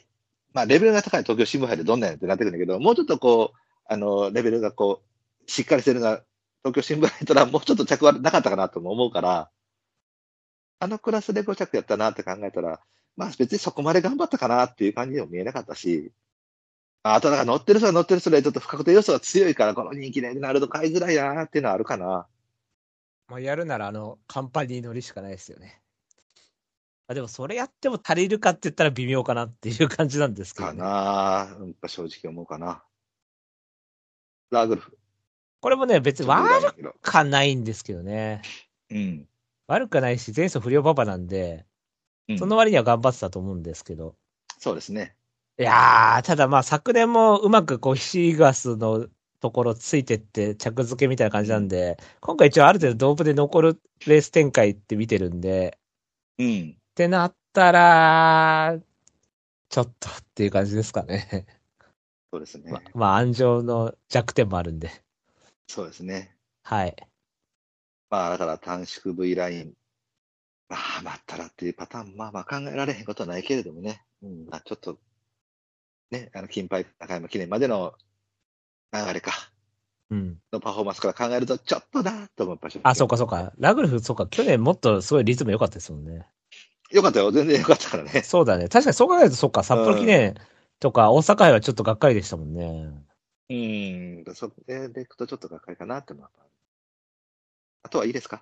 まあレベルが高い東京新聞杯でどんなんやってなってくるんだけど、もうちょっとこう、あの、レベルがこう、しっかりしてるのが、東京新聞杯とらもうちょっと着はなかったかなとも思うから、あのクラスで5着やったなって考えたら、まあ別にそこまで頑張ったかなっていう感じにも見えなかったし、ああとなんか乗ってる人は乗ってる人でちょっと不確定要素が強いから、この人気でなると買いづらいなっていうのはあるかな。
まあ、やるなら、あの、カンパニー乗りしかないですよね。あでも、それやっても足りるかって言ったら微妙かなっていう感じなんですけど、
か
ね。
なうん正直思うかな。ラーグルフ。
これもね、別に悪
ちょっと
かないんですけどね。
うん。
悪くないし、前走不良パパなんで、
うん
その割には頑張ってたと思うんですけど。
そうですね。
いやー、ただまあ昨年もうまくこう、ヒシガスのところついてって着付けみたいな感じなんで、今回一応ある程度ドープで残るレース展開って見てるんで、
うん。
ってなったら、ちょっとっていう感じですかね。
そうですね。
ままあ、安城の弱点もあるんで。
そうですね。
はい。
まあ、だから短縮 V ライン。まあ、まったらっていうパターン、まあまあ考えられへんことはないけれどもね。うん。まあ、ちょっと、ね、あの、金牌高山記念までの流れか、
うん。
のパフォーマンスから考えると、ちょっとなと思いました。
あ、そうかそうか。ラグルフ、そうか。去年もっとすごいリズム良かったですもんね。
よかったよ。全然よかったからね。
そうだね。確かにそう考えると、そうか。札幌記念とか大阪杯はちょっとがっかりでしたもんね。
うん。そこでいくとちょっとがっかりかなってのは。あとはいいですか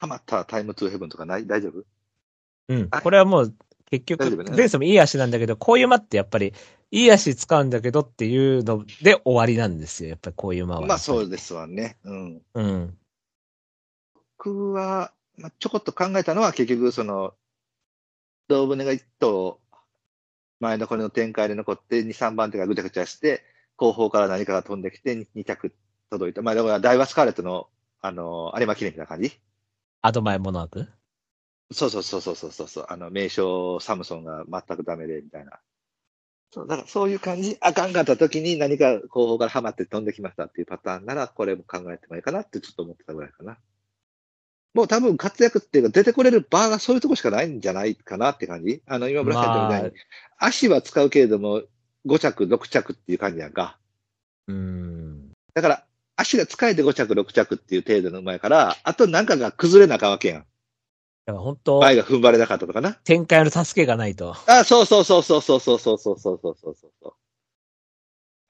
ハマったタイムトゥーヘブンとかない大丈夫
うん。
はい
これはもう、結
大丈夫
局、
ね
前走もいい足なんだけど、こういう馬ってやっぱり、いい足使うんだけどっていうので終わりなんですよ。やっぱりこういう馬は。
まあそうですわね。うん。
うん。
僕は、まあ、ちょこっと考えたのは結局その胴舟が1頭前のこれの展開で残って23番手がぐちゃぐちゃして後方から何かが飛んできて 2, 着届いたまあだからダイワスカーレットのあの有馬記念みたいな感じ
アドマイモノワーク
そうそうそうそうそうそうそうあの名称サムソンが全くダメでみたいなそうだからそういう感じあかんかった時に何か後方からハマって飛んできましたっていうパターンならこれも考えてもいいかなってちょっと思ってたぐらいかなもう多分活躍っていうか出てこれる場がそういうとこしかないんじゃないかなって感じあの今村さん言ったみたいに、足は使うけれども5着6着っていう感じやんか
うん。
だから足が使えて5着、6着っていう程度の馬やから、あとなんかが崩れなあかんわけやん。
だから本当、
前が踏ん張れなかったとかな。
展開の助けがないと。
あ、そうそうそうそうそうそうそうそうそうそうそうそう。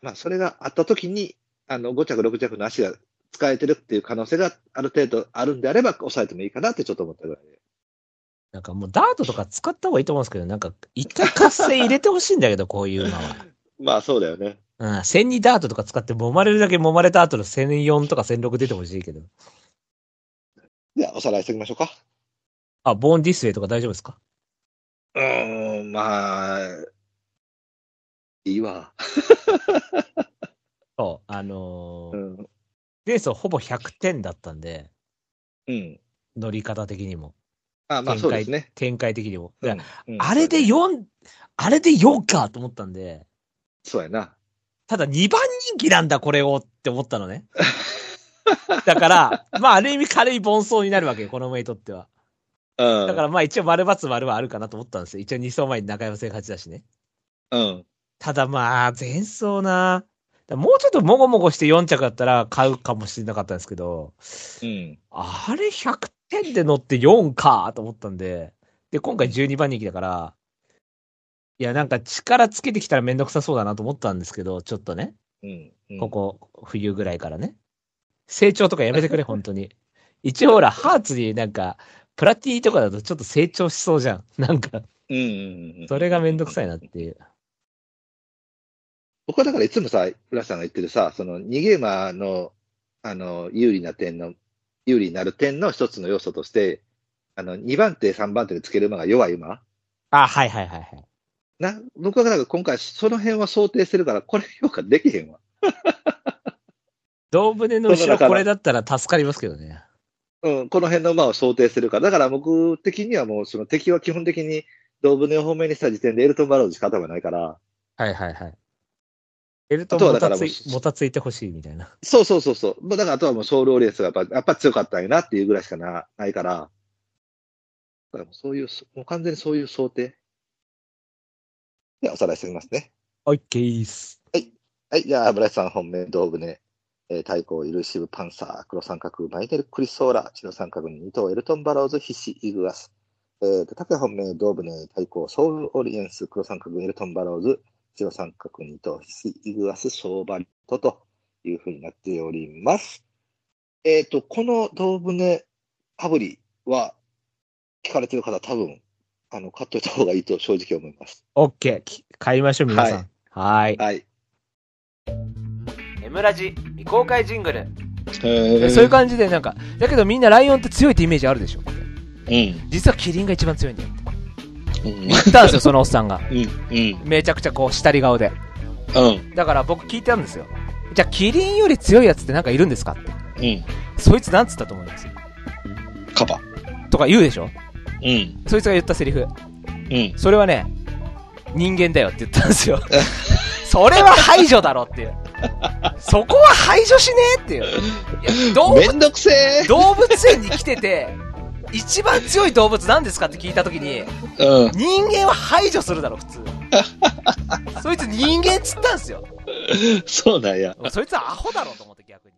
まあ、それがあった時に、あの、5着、6着の足が使えてるっていう可能性がある程度あるんであれば、抑えてもいいかなってちょっと思ったぐらいで。
なんかもうダートとか使った方がいいと思うんですけど、なんか一回活性入れてほしいんだけど、こういうのは。
まあ、そうだよね。
うん、千二ダートとか使って揉まれるだけ揉まれた後の千四とか千六出てほしいけど。
では、おさらいしておきましょうか。
あ、ボーンディスウェイとか大丈夫ですか
うーん、まあ、いいわ。
そう、あのー
うん。
レースはほぼ100点だったんで、
うん。
乗り方的にも、
あまあ、そうですね。
展開的にも。だから
うん
あれで4、あれで4かと思ったんで、
そうやな。
ただ2番人気なんだ、これをって思ったの ね。だから、まあ、ある意味軽い凡走になるわけよ、この馬にとっては。
うん。
だからまあ一応丸×丸はあるかなと思ったんですよ。一応2走前に中山戦勝ちだしね。
ら、うん。
ただまあ、前走な。だからもうちょっともごもごして4着だったら買うかもしれなかったんですけど、
うん。
あれ100点で乗って4かと思ったんで、で、今回12番人気だから、いや、なんか力つけてきたらめんどくさそうだなと思ったんですけど、ちょっとね、
うん。うん
こ。こ、冬ぐらいからね。成長とかやめてくれ、 本当に。一応ほら、ハーツになんか、プラティとかだとちょっと成長しそうじゃん。なんか、
うんうんうん。
それがめんどくさいなっていう。
僕はだからいつもさ、浦さんが言ってるさ、その逃げ馬の、あの、有利な点の、有利になる点の一つの要素として、あの、2番手、3番手でつける馬が弱い馬
あ、はいはいはいはい。
な、僕はだから今回その辺は想定してるから、これ評価できへんわ。
胴舟の後
だ
ろ
から
これだったら助かりますけどね。
うん、この辺の馬を想定してるから。だから僕的にはもう、その敵は基本的に、動物の方面にした時点でエルトン・バローズしか頭ないから、
はいはいはい。エルト
あとは
ンも
だか
た
ら
つい
もう
もたついてほしいみたいな。
そうそうそうそう。まあだからあとはもうソウルオリエンスがやっぱやっぱ強かったんやなっていうぐらいしかなないから、だからもうそういう、もう完全にそういう想定。ではおさらいしてみますね。
オッケーっす。
はい、じゃあ、村井さん本命、道具ね、えー、対抗、イルシブ、パンサー、黒三角、マイネル、クリソーラ、白三角に2頭、エルトン、バローズ、ヒシ、イグアス。えーと、竹本命、道具ね、対抗、ソウルオリエンス、黒三角、エルトン、バローズ、白三角、2頭、ヒシ、イグアス、ソーバリトというふうになっております。えーと、この道具ね、かぶりは、聞かれてる方多分、あの、買っといた方がいいと正直思います。
オッケーき。買いましょう、皆さん。はーい。
はい。
エムラジ未公開ジングル
え
そういう感じで、なんか、だけどみんなライオンって強いってイメージあるでしょ
じ。
実はキリンが一番強いんだよ。
うん。うん。
言ったんです よ、そのおっさんが。
うん。
めちゃくちゃこう、下り顔で。
うん。
だから僕聞いたんですよ。じゃあ、キリンより強いやつってなんかいるんですかって。
うん。
そいつなんつったと思います
カバ。
とか言うでしょ
うん。
そいつが言ったセリフ。
うん。
それはね、人間だよって言ったんです よ。それは排除だろっていう。そこは排除しねえっていう。いや動
め
物
んどくせえ
動物園に来てて、一番強い動物なんですかって聞いたときに、
うん。
人間は排除するだろ、普通。 そいつ人間っつったんですよ。
そうなんや。
そいつはアホだろうと思って逆に。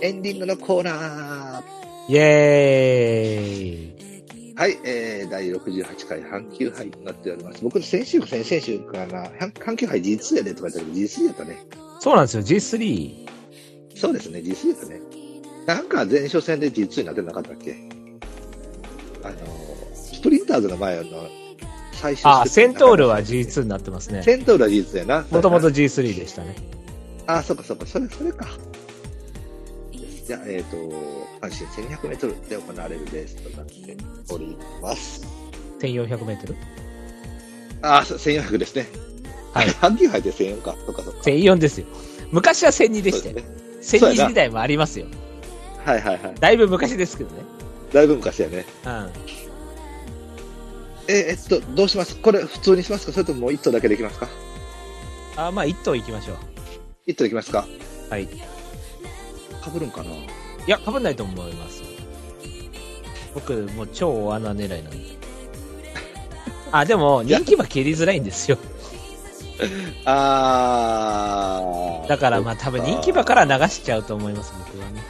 エンディングのコーナー。
イエーイ。
はい、えー、第68回阪急杯となっております。僕、先週か先々週かな、阪阪急杯 G2 やでとか言ったけど、G3 やったね。
そうなんですよ、G3。
そうですね、G3 やったね。なんか前哨戦で G2 になってなかったっけあの、スプリンターズの前の最終
あ、
ス
セ
テップ
ントールは G2 になってますね。
セントールは G2 やな。
もともと G3 でしたね。
ああ、そうかそうか、それ、それか。じゃあ、えっ、と、阪神1200メートルで行われるレースとなっております。
1400メートル。
ああ、そう1400ですね。
はい
阪急杯で1400か。そっかそっか。
1004ですよ。昔は1002で
そう
したよ。
ですね。そうや
1002
な
時代もありますよ。
はいはいはい。
だいぶ昔ですけどね。
だいぶ昔やね。
うん。
え、えっと、どうしますこれ普通にしますかそれとももう一頭だけできますか
あーまあ、一頭行きましょう。
一頭できますか
はい。い
かぶるんかな
や、かぶんないと思います。僕、もう超大穴狙いなんで。あ、でも、人気馬蹴りづらいんですよ。
あー。
だから、まあ、多分人気馬から流しちゃうと思います、僕はね。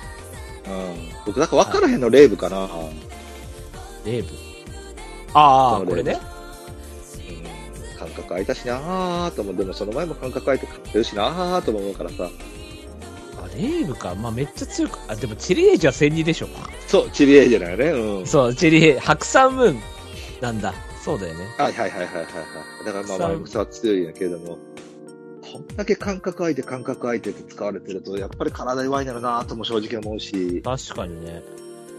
うん。僕、なんか分からへんのレイブかな。
レーブ。ああ、こ
こ
れ
れね
ね。
うん感覚空いたしなーと思う。でもその前も感覚空いて買ってるしなーとも思うからさ。
あ、レーブか。まあ、めっちゃ強く。あ、でも、チリエージは1002でしょ。
そう、チリエーじゃないね。うん。
そう、チリエージ、白山ムーンなんだ。そうだよね。
はいはいはいはいはいはい。だからまあ
さん
前もさ、強いんやけれども、こんだけ感覚空いて感覚空いてって使われてると、やっぱり体弱いなるなぁとも正直思うし、
確かにね。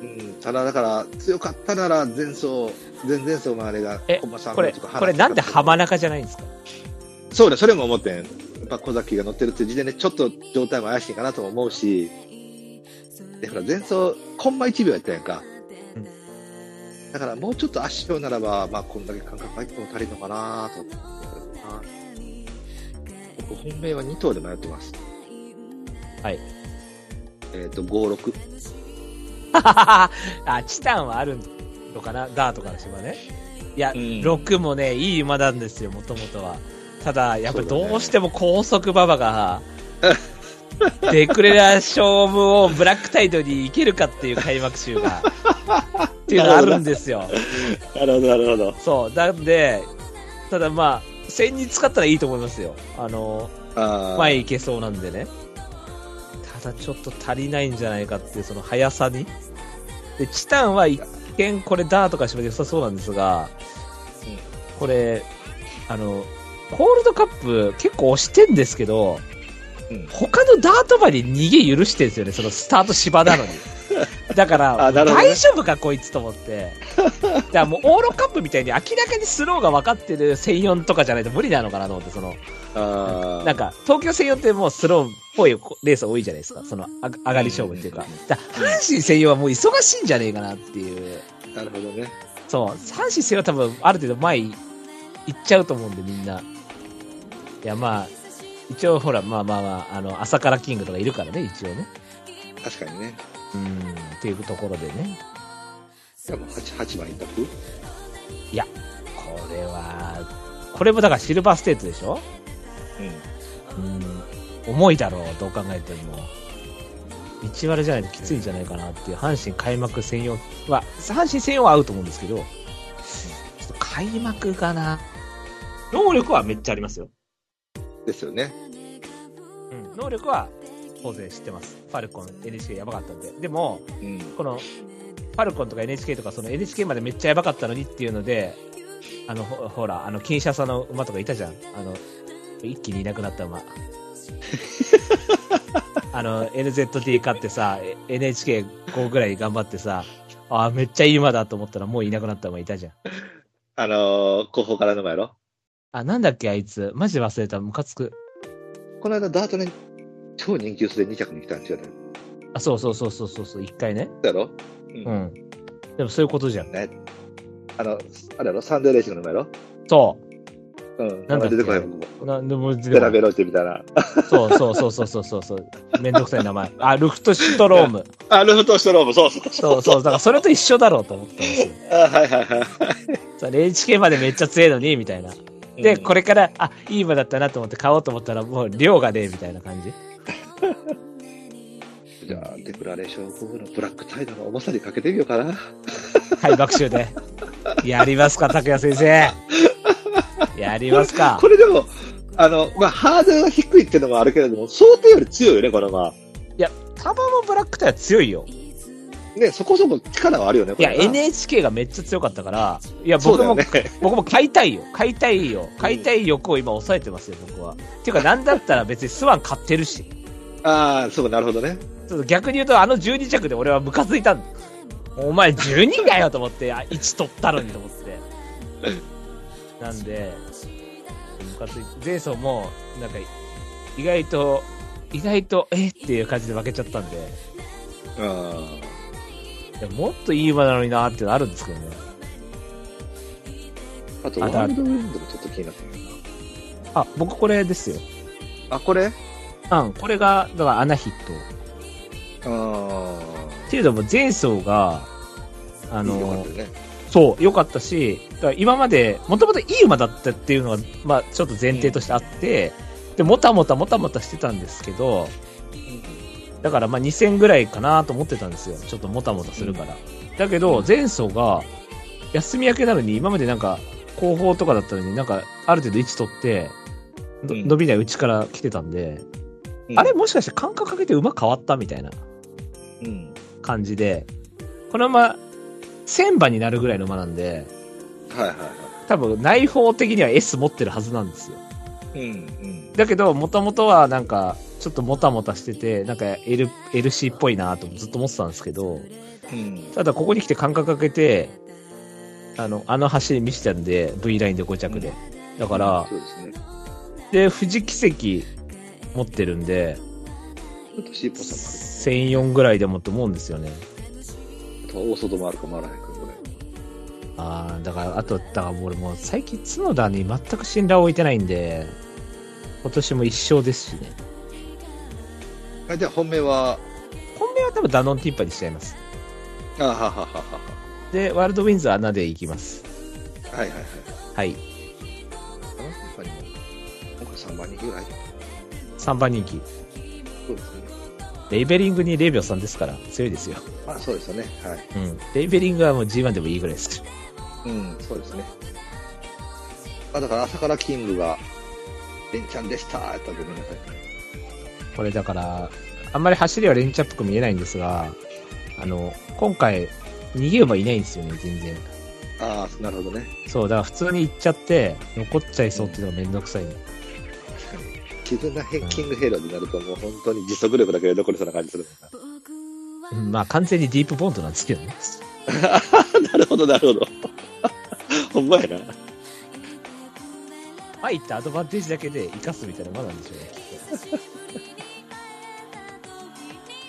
うん、ただだから強かったなら前走、前々走のあれが
え
駒さん
これ、
とか
これなんで浜中じゃないんですか
そうだ、それも思ってん。やっぱ小崎が乗ってるっていう時点でちょっと状態も怪しいかなとも思うし、で、ほら前走、コンマ1秒やったやんか。
うん
だからもうちょっと圧勝ならば、まあこんだけ感覚入っても足りんのかなと思ってたけどな僕本命は2頭で迷ってます。
はい。
えっ、と、5、6。
あ、チタンはあるのかなダートからしてはね。いや、
うん
6もね、いい馬なんですよ、もともとは。ただ、やっぱり
そうだね
どうしても高速馬場 が、デクレラ勝負をブラックタイドに行けるかっていう開幕週が、っていうのがあるんですよ。
なるほど、なるほど。
そう。なんで、ただまあ、戦に使ったらいいと思いますよ。あの、
あ
前行けそうなんでね。ただちょっと足りないんじゃないかっていう、その速さに。で、チタンは一見これダーとかしても良さそうなんですが、これ、あの、コールドカップ結構押してんですけど、
うん
他のダート馬に逃げ許してるんですよね、そのスタート芝なのに。だから、
あなるほどね
大丈夫かこいつと思って。だからもうオーロカップみたいに明らかにスローが分かってる1004とかじゃないと無理なのかなと思って、その、
あー
なんか、東京専用ってもうスローっぽいレース多いじゃないですか。その、あ上がり勝負っていうか。だから阪神専用はもう忙しいんじゃねえかなっていう。
なるほどね。
そう。阪神専用は多分、ある程度前行っちゃうと思うんで、みんな。いや、まあ、一応ほら、まあまあまあ、あの、朝からキングとかいるからね、一応ね。
確かにね。
うん、っていうところでね。
でも 8, 8番一択
これは、これもだからシルバーステートでしょ
うん。
うん、重いだろう、どう考えても。1割じゃないときついんじゃないかなっていう、阪神開幕専用は、阪神専用は合うと思うんですけど、ちょっと開幕かな。能力はめっちゃありますよ。
ですよね。
うん、能力は当然知ってます。ファルコン、NHK やばかったんで。でも、
うん。
この、ファルコンとか NHK とか、その NHK までめっちゃやばかったのにっていうので、あの、ほほら、あの、金車さんの馬とかいたじゃん。あの、一気にいなくなった馬。あの、NZT 勝ってさ、NHK5 ぐらい頑張ってさ、ああ、めっちゃいい馬だと思ったらもういなくなった馬いたじゃん。
あのー後方からの馬やろ
あ、なんだっけあいつ。マジで忘れた。ムカつく。
この間ダートね、超人気薄で2着に来たん違うだ
あ、そうそうそうそうそうそう、一回ね。
だろ
う。
うん
でもそういうことじゃん。
ね。あの、あれやろサンデーレーシングの馬やろ
そ
うん。
なんだっけ
名前出てこないもん、こ
う。
こ。
なんでも出てこな
ベラ
い
ベロってみたいな。
そうそうそうそうそうそうそう。めんどくさい名前。あ、ルクトシトローム。
あ、ルフトシトローム、そうそう。
そうそう。だからそれと一緒だろうと思ったんですよ。
あはいはいは
そう NHK までめっちゃ強いのに、みたいな。
い。
で、こ
れ。
れから、あ、いい馬だったなと思って買おうと思ったら、もう量がねえ、みたいな感じ。
じゃあ、デクラレーションフォーのブラックタイドの重さにかけてみようかな。
はい、爆笑で。やりますか、拓也先生。やりますか
こ。れでも、あの、まあ、ハードルが低いっていうのもあるけれども、想定より強いよね、この馬。
タバもブラックタイは強いよ。
ね、そこそこ力はあるよね、こ
いや、
れな
NHK がめっちゃ強かったから、いや、
そう
僕
だ
も
よね。
僕も買いたいよ。買いたいよ。買いたい欲を今抑えてますよ、僕は。っていうか、なんだったら別にスワン買ってるし。
ああ、そう、なるほどね。
ちょっと逆に言うと、あの12着で俺はムカついたんだ。お前12かよと思って、あ、1取ったのにと思って。なんで、ムカついて、前走も、なんか、意外と、意外と、えっていう感じで負けちゃったんで、
うん。
いやもっといい馬なのになーっていうのあるんですけどね。
あと、
あだ
ワールドウィンドもちょっと気になってる
あ、僕これですよ。
な。あ、これ
うん、これが、だからアナヒット。
ああ。
っていうのも前走が、あ
あよか
の
っ、たね。
そう、良かったし、だから今まで、もともといい馬だったっていうのは、まあ、ちょっと前提としてあって、で、もたもたもたもたしてたんですけど、だからまあ2000ぐらいかなと思ってたんですよ。ちょっともたもたするから。だけど、前走が、休み明けなのに、今までなんか、後方とかだったのに、なんか、ある程度位置取って、の
うん
伸びないうちから来てたんで、
うん
あれもしかして感覚かけて馬変わったみたいな。
うん。
感じで、このまま1000馬になるぐらいの馬なんで、
はいは
多分内包的には S 持ってるはずなんですよ。
いはい。うんうん。
だけど、もともとはなんか、ちょっともたもたしてて、なんか L LC っぽいなとずっと思ってたんですけど、
うん。
ただここに来て感覚かけて、あの、あの走り見せたんで、V ラインで5着で。だから、
そうですね。
で、富士奇跡持ってるんで、
ちょっとシーポさ
1004ぐらいでもと思うんですよね。
んとか、大外もあるかもあらへんか、こ
ああ、だから、あと、だから俺もう最近角田に全く信頼を置いてないんで、今年も一勝ですしね。
れ。あ、じゃあ本命は、
本命は多分ダノンティッパにしちゃいます。
あははははは。
で、ワールドウィンズは穴でいきます。
はいはいはい。
はい。
あの他にも、なんか3番にぐらい
3番人気。
そうですね。
レイベリングに0秒3ですから、強いですよ。
まあそうですよね。はい。
うん。レイベリングはもう G1 でもいいぐらいです。
うん、そうですね。あ、だから朝からキングが、レンちゃんでしたやったらごめんなさい。
これだから、あんまり走りはレンチャップく見えないんですが、あの、今回、逃げ馬いないんですよね、全然。
ああ、なるほどね。
そう、だから普通に行っちゃって、残っちゃいそうっていうのがめんどくさい、ね、
確かに。絆ヘキングヘイローになるともう本当に持続力だけで残りそうな感じするも
うんまあ完全にディープボンドなんですけどね。
んな。 なるほど、なるほど。 ほんまやな。
入ったアドバンテージだけで生かすみたいなもんなんでしょうね。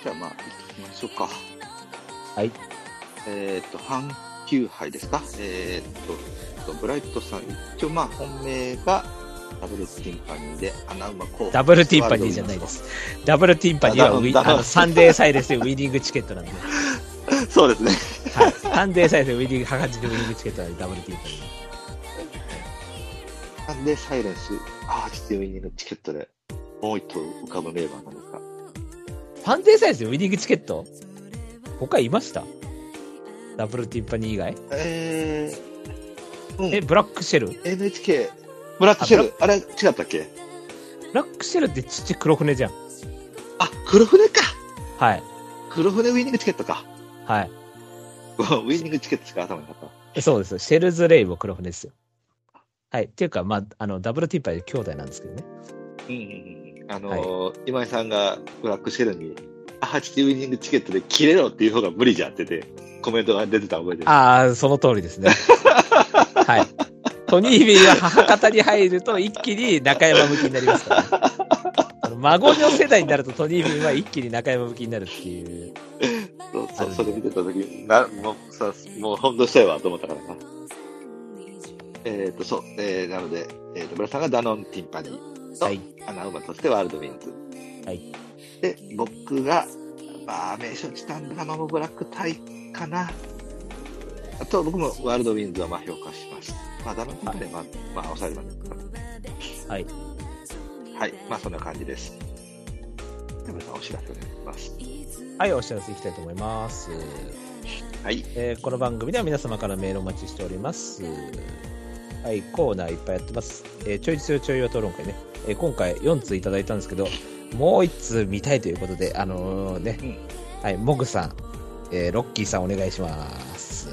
じゃあまあ、行きましょうか。
はい。
えっ、と、阪急杯ですか。えっ、と、ブライトさん、一応まあ本命が、ダブルティンパニーで、穴馬候補
ダブルティンパニーじゃないで。す。ダブルティンパニーはウィ
あダブル
あのサンデーサイレスでウィニングチケットなんで。は
そうですね。
い。サンデーサイレスでウィニング、はがじでウィニングチケットなんでダブルティンパニー。
なんでサイレンス、ああ、ちょっとウィニングチケットで、もう一頭浮かぶ名馬なのか。
サンデーサイレスでウィニングチケット他いましたダブルティンパニー以外
え
え、
ー、
ブラックシェル
うん、NHK、ブラックシェル、あれ違ったっけ
ブラックシェルってちっちゃい黒船じゃん。
あ、黒船か
はい。
黒船ウィニングチケットか。
はい
ごめんウィニングチケットしか頭になかっ
え。そうです。シェルズレイも黒船ですよ。はい。っていうか、まあ、あの、ダブルティンパニーで兄弟なんですけどね。
た。うんうんうん。あのー今井さんがブラックシェルに、ああ、ちょっとウィニングチケットで切れろっていう方が無理じゃんってて、コメントが出てた覚えてる。
ああ、その通り ですね。はい。トニービーは母方に入ると一気に中山向きになります から、ね。あの孫の世代になるとトニービーは一気に中山向きになるっていう。
そう
あ
そう、
る
それ見てた時にな、もう、さ、もう本当したいわと思ったからな。えっ、と、そう、えー、なので、えっ、と、村さんがダノンティンパニーと、
はい。
穴馬としてワールドウィンズ。
はい。
で、僕が、まあ、名所チタンドラマもブラックタイかな。あと、僕もワールドウィンズはまあ評価しました。まあ、ダノンティンパニーは、まあ、まあ、抑えるまで。
はい。
はい、まあ、そんな感じです。で、村さん、お知らせお願いします。
はい、お知らせいきたいと思います。
はい。
えーこの番組では皆様からメールをお待ちしております。はい、コーナーいっぱいやってます。えーちょいちょいちょいは討論会ね。えー今回4通いただいたんですけど、もう1通見たいということで、あのーね、
うん
はい、モグさん、えーロッキーさんお願いします。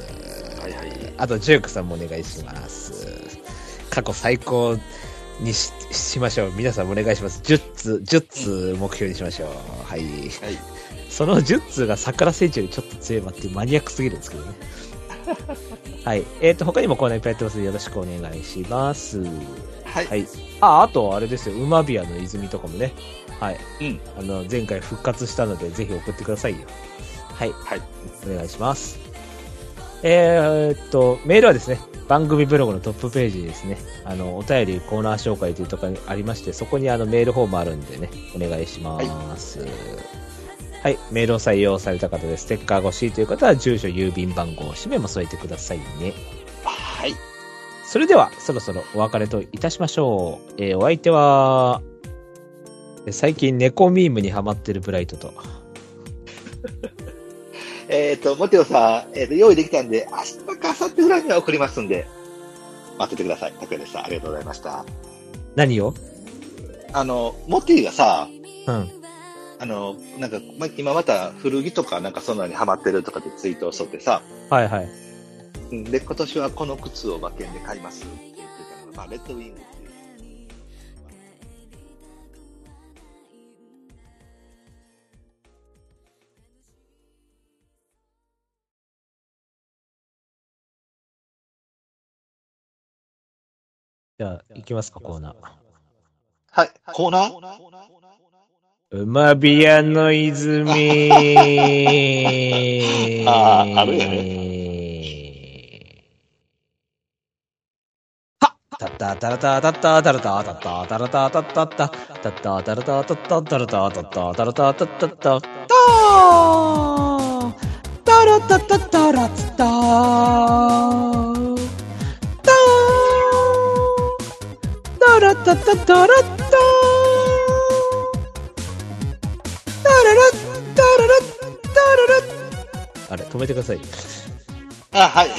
はいはい。
あと、ジュークさんもお願いします。過去最高にししましょう。皆さんお願いします。10通、10通目標にしましょう。はい。
はい。
その10通が桜成長よりちょっと強い馬っていうマニアックすぎるんですけどね。はい。えっ、と、他にもコーナーいっぱいやってますので、よろしくお願いします。
はい
はい。あ、あと、あれですよ。ウマビアの泉とかもね。はい。
うん
あの、前回復活したので、ぜひ送ってくださいよ。はい。
はい。
お願いします。えーっと、メールはですね、番組ブログのトップページにですね、あの、お便りコーナー紹介というところにありまして、そこにあのメールフォームあるんでね、お願いします。はい、メールを採用された方で、ステッカー欲しいという方は、住所、郵便番号、氏名も添えてくださいね。
はい。
それでは、そろそろお別れといたしましょう。えーお相手は、え最近猫ミームにハマってるブライトと、
えっ、と、モテオさん、えっ、と、用意できたんで、明日か明後日ぐらいには送りますんで、待っててください。拓也でした。ありがとうございました。
何を
あの、モティがさ、
うん。
あの、なんか、ま今また古着とかなんかそんなにハマってるとかってツイートをしとってさ、
はいはい。
うんで、今年はこの靴を馬券で買いますって言ってたのが、まあ、レッドウィングっていう。
じゃあ、行きますか、コーナー。
はい、コーナー
馬部屋の泉。
あーあるよ
ね。はたったたらたたったたらたたったたらたたったったたったたらたたったたらたたったたらたたったったたーたらたたたらつったーたーたらたたたらったータララッタララッタララッあれ止めてください
あ、はい。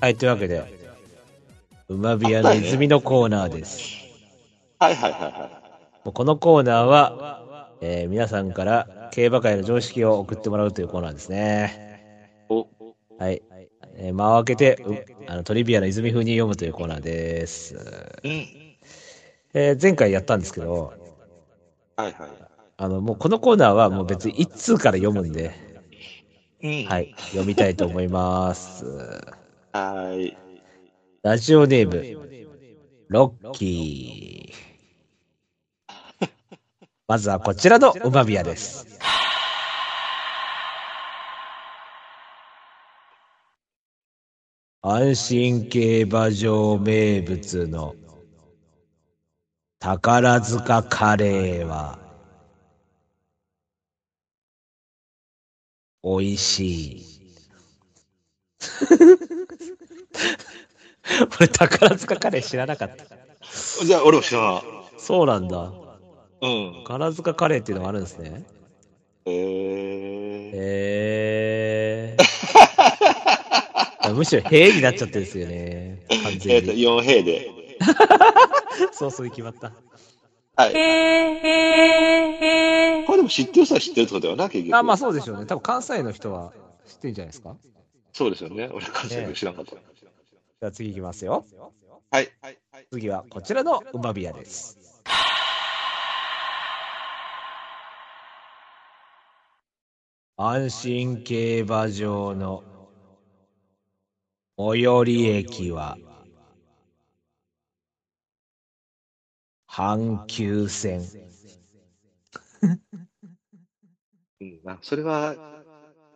はいというわけで馬部屋の泉のコーナーです
はいはいはいは
もうこのコーナーは、えー皆さんから競馬界の常識を送ってもらうというコーナーですね
い。お、
はい、えー間を開けてうあのトリビアの泉風に読むというコーナーです、
うん。
えー前回やったんですけど
はいは
あのもうこのコーナーはもう別に一通から読むんで、
い。うん。
はい、読みたいと思います
はい。
ラジオネーム、ロッキー。まずはこちらの馬ビアです。安心競馬場名物の宝塚カレーは美味しい。俺宝塚カレー知らなかった。
じゃあ、俺も知らない。
そうなんだ。
うん。
宝塚カレーっていうのがあるんですね。
え
へ
ー。
ー。むしろ、へーになっちゃってるんですよね。完
えっ、
全
と、
に。
4平 で。
そうそう決まった。
はい。これでも知ってる人は知ってるってことだよな、結局。
あ、まあそうでしょうね。多分関西の人は知ってんじゃないですか。
そうですよね。俺、関西で知らんかった。
じゃあ次行きますよ。
はい。はい。
次はこちらの馬ビアです。安心競馬場の最寄り駅は阪急線。
うん。あ、それは、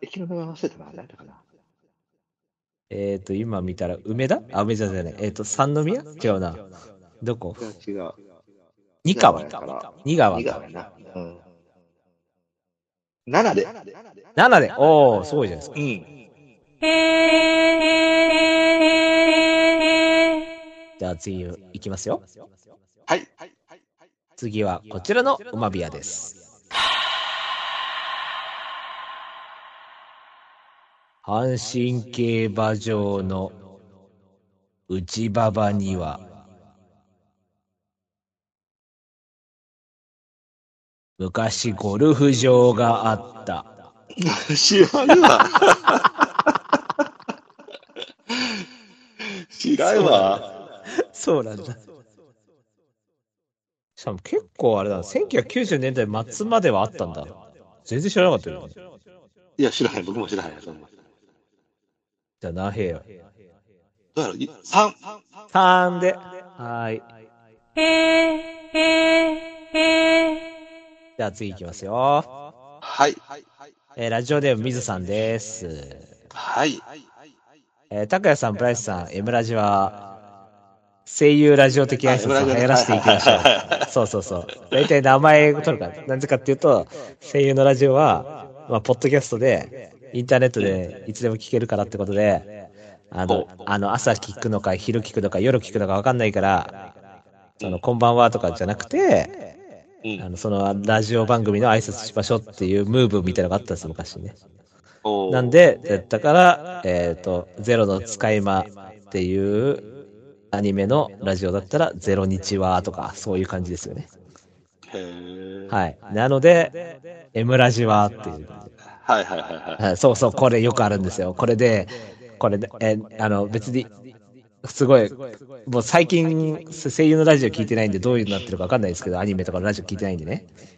駅の名前忘れたな。何だかな。
えっ、と、今見たら梅田あ、梅田じゃない。えっ、と、三宮違うな。どこ
違う。
二川
二川。
二川
2
か
が。な。うん。7で。
7で。おー、すごいじゃないですか
う。ん。
じゃあ次行きますよ。
はい。はい。
次はこちらの馬ビアです。阪神競馬場の内馬場には、昔ゴルフ場があった。
知らんわ。知らんわ。
そうなんだ。しかも結構あれだな、1990年代末まではあったんだ。全然知らなかったよね。
いや、知らへん。僕も知らへん。そんな
じゃあ、なへよ。
どうやろい三
3で。はーい。じゃあ次いきますよ。
はい。
えーラジオネームみずさんです。
はい。
えー、拓也さん、ブライスさん、エムラジは、声優ラジオ的な挨拶を流行らせていきましょ う。そうそうそう。大体名前を取るから、なぜかっていうと、声優のラジオは、まあ、ポッドキャストで、インターネットでいつでも聞けるからってことで、あの、あの朝聞くのか、昼聞くのか、夜聞くのかわかんないから、その、こんばんはとかじゃなくて、
うん
あの、その、ラジオ番組の挨拶しましょうっていうムーブみたいなのがあったんですよ、昔ね。
おー
なんで、だから、えっ、と、ゼロの使い間っていうアニメのラジオだったら、ゼロ日はとか、そういう感じですよね。
へー
はい。なので、エムラジはっていう。
はいはいはいはい。
はいそうそう、これよくあるんですよ。これで、これで、え、あの、別に、すごい、もう最近、声優のラジオ聞いてないんで、どういうのになってるかわかんないですけど、アニメとかのラジオ聞いてないんでね。
うん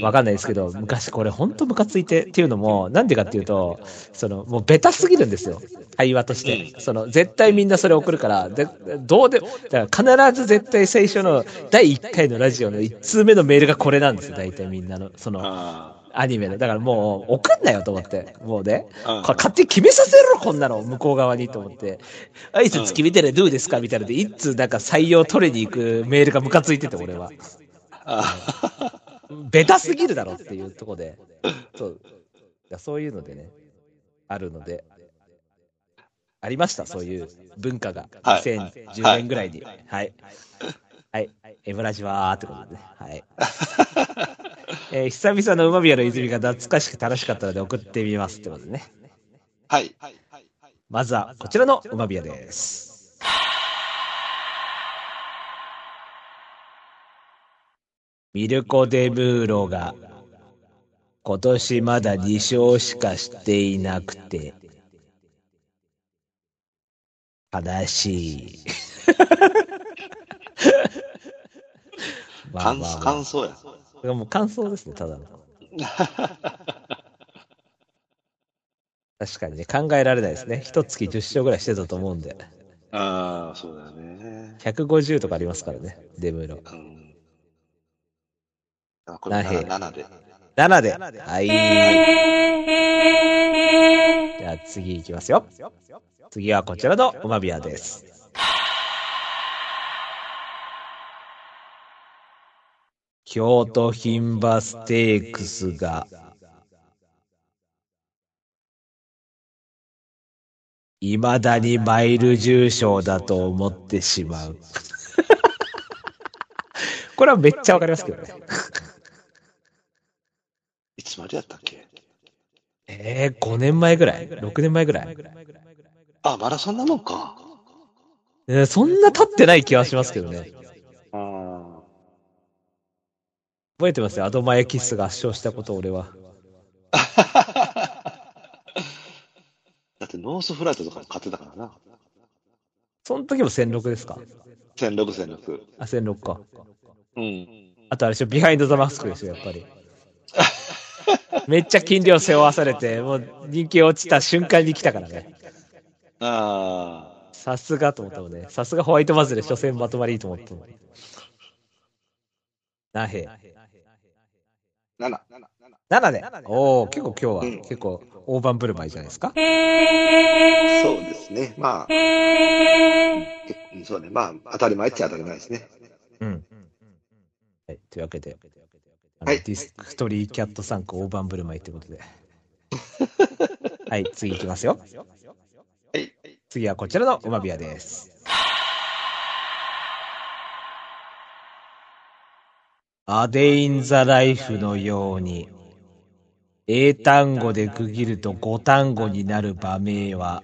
わかんないですけど、昔これほんとムカついてっていうのも、なんでかっていうと、その、もうベタすぎるんですよ。会話として。その、絶対みんなそれ送るから、で、どうで、だから必ず絶対最初の第1回のラジオの1通目のメールがこれなんですよ。大体みんなの、その、
あ
アニメの。だからもう、送んなよと思って。もうね、
ーうん
これ勝手に決めさせろ、こんなの、向こう側にと思って。挨拶決めたらどうですかみたいなので、1通なんか採用取りに行くメールがムカついてて、俺は。
あ
ベタすぎるだろっていうところで、そうだそういうのでね、あるので、ありました、そういう文化が、
はい
2010年ぐらいに。はい。はい。エムラジワーってことでね。 はい。えー久々のうまみやの泉が懐かしく楽しかったので送ってみますってことでね。
はい。
まずはこちらのうまみやです。ミルコ・デ・ムーロが今年まだ2勝しかしていなくて悲しい。まあ
感
まあまあ
感想や。
これはもう感想ですね、ただの。確かにね、考えられないですね。一月10勝ぐらいしてたと思うんで。
ああ、そうだよね。
150とかありますからね、デムーロ。
うん。あ、これ7、7で。
7で。はい。じゃあ次いきますよ。次はこちらのうまビアです。京都牝馬ステークスがいまだにマイル重症だと思ってしまう。 これはめっちゃわかりますけどね。
いつまでやったっけ
えー、5年前ぐらい ?6 年前ぐらい、
あ、まだそんなもんか。
えーそんな経ってない気はしますけどね。
あー
覚えてますよ。アドマイキッスが圧勝したこと、俺は。
だってノースフライトとか買ってたからな。
その時も1006ですか
1006、1006。
あ、1006か。
うん。
あとあれでしょ、ビハインド・ザ・マスクでしょ、やっぱり。めっちゃ金量背負わされて、もう人気落ちた瞬間に来たからね。
あ
さすがと思ったもんね。さすがホワイトバズで初戦まとまりいいと思ったもん。なへ。
7。
7で。おお結構今
う
日
ん
は、結構、大盤振る舞いじゃないですか。
そうですね。まあ、うんそうね。まあ、当たり前っちゃ当たり前ですね。
うん。はい、というわけで、あの
はい
ディスクトリーキャット3区大盤振る舞いということ で。はい、次いきますよ。
はい
次はこちらのうまびやです。アデイン・ザ・ライフのように、英単語で区切ると五単語になる場面は、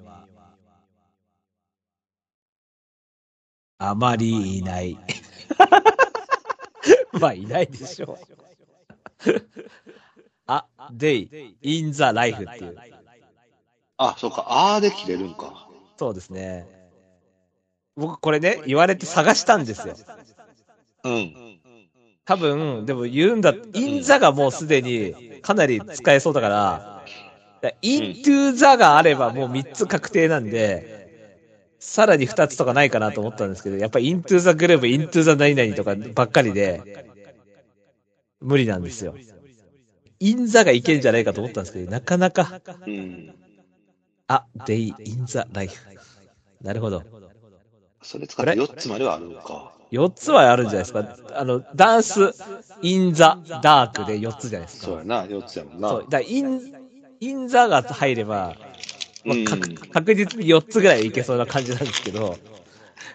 あまりいない。 まあ、いないでしょう。あ、デイ、インザライフっていう。
あ。あ、そうか。あーで切れるんか。
そうですね。僕、これね、言われて探したんですよ。
うん。
多分、でも言うんだ、インザがもうすでにかなり使えそうだから、イントゥザがあればもう3つ確定なんで、さらに2つとかないかなと思ったんですけど、やっぱイントゥザグループ、イントゥザ何々とかばっかりで、無理なんですよ。インザがいけんじゃないかと思ったんですけど、なかなか
うん。
あ、Day in the Life。なるほど。
それ使って4つまではあるのか。
4つはあるんじゃないですか。あの、ダンス、インザ、ダークで4つじゃないですか。
そうやな、4つやもんな。
そう。だからイン、インザが入れば、まあ
うん
確確実に4つぐらいいけそうな感じなんですけど、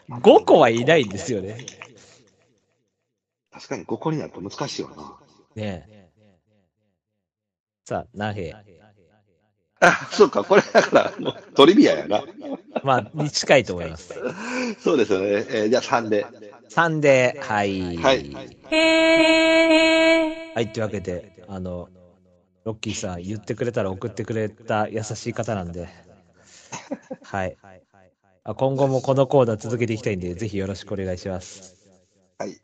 5個はいないんですよね。
確かに5個になると難しいわな。
ねえ。さあ、何兵
あ、そうか、これだから、もうトリビアやな。
まあ、に近いと思います。
そうですよね。えーじゃあ3で。
3で、はい。
はい。
はい、というわけで、あの、ロッキーさん、言ってくれたら送ってくれた優しい方なんで、はい。あ今後もこのコーナー続けていきたいんで、ぜひよろしくお願いします。
はい。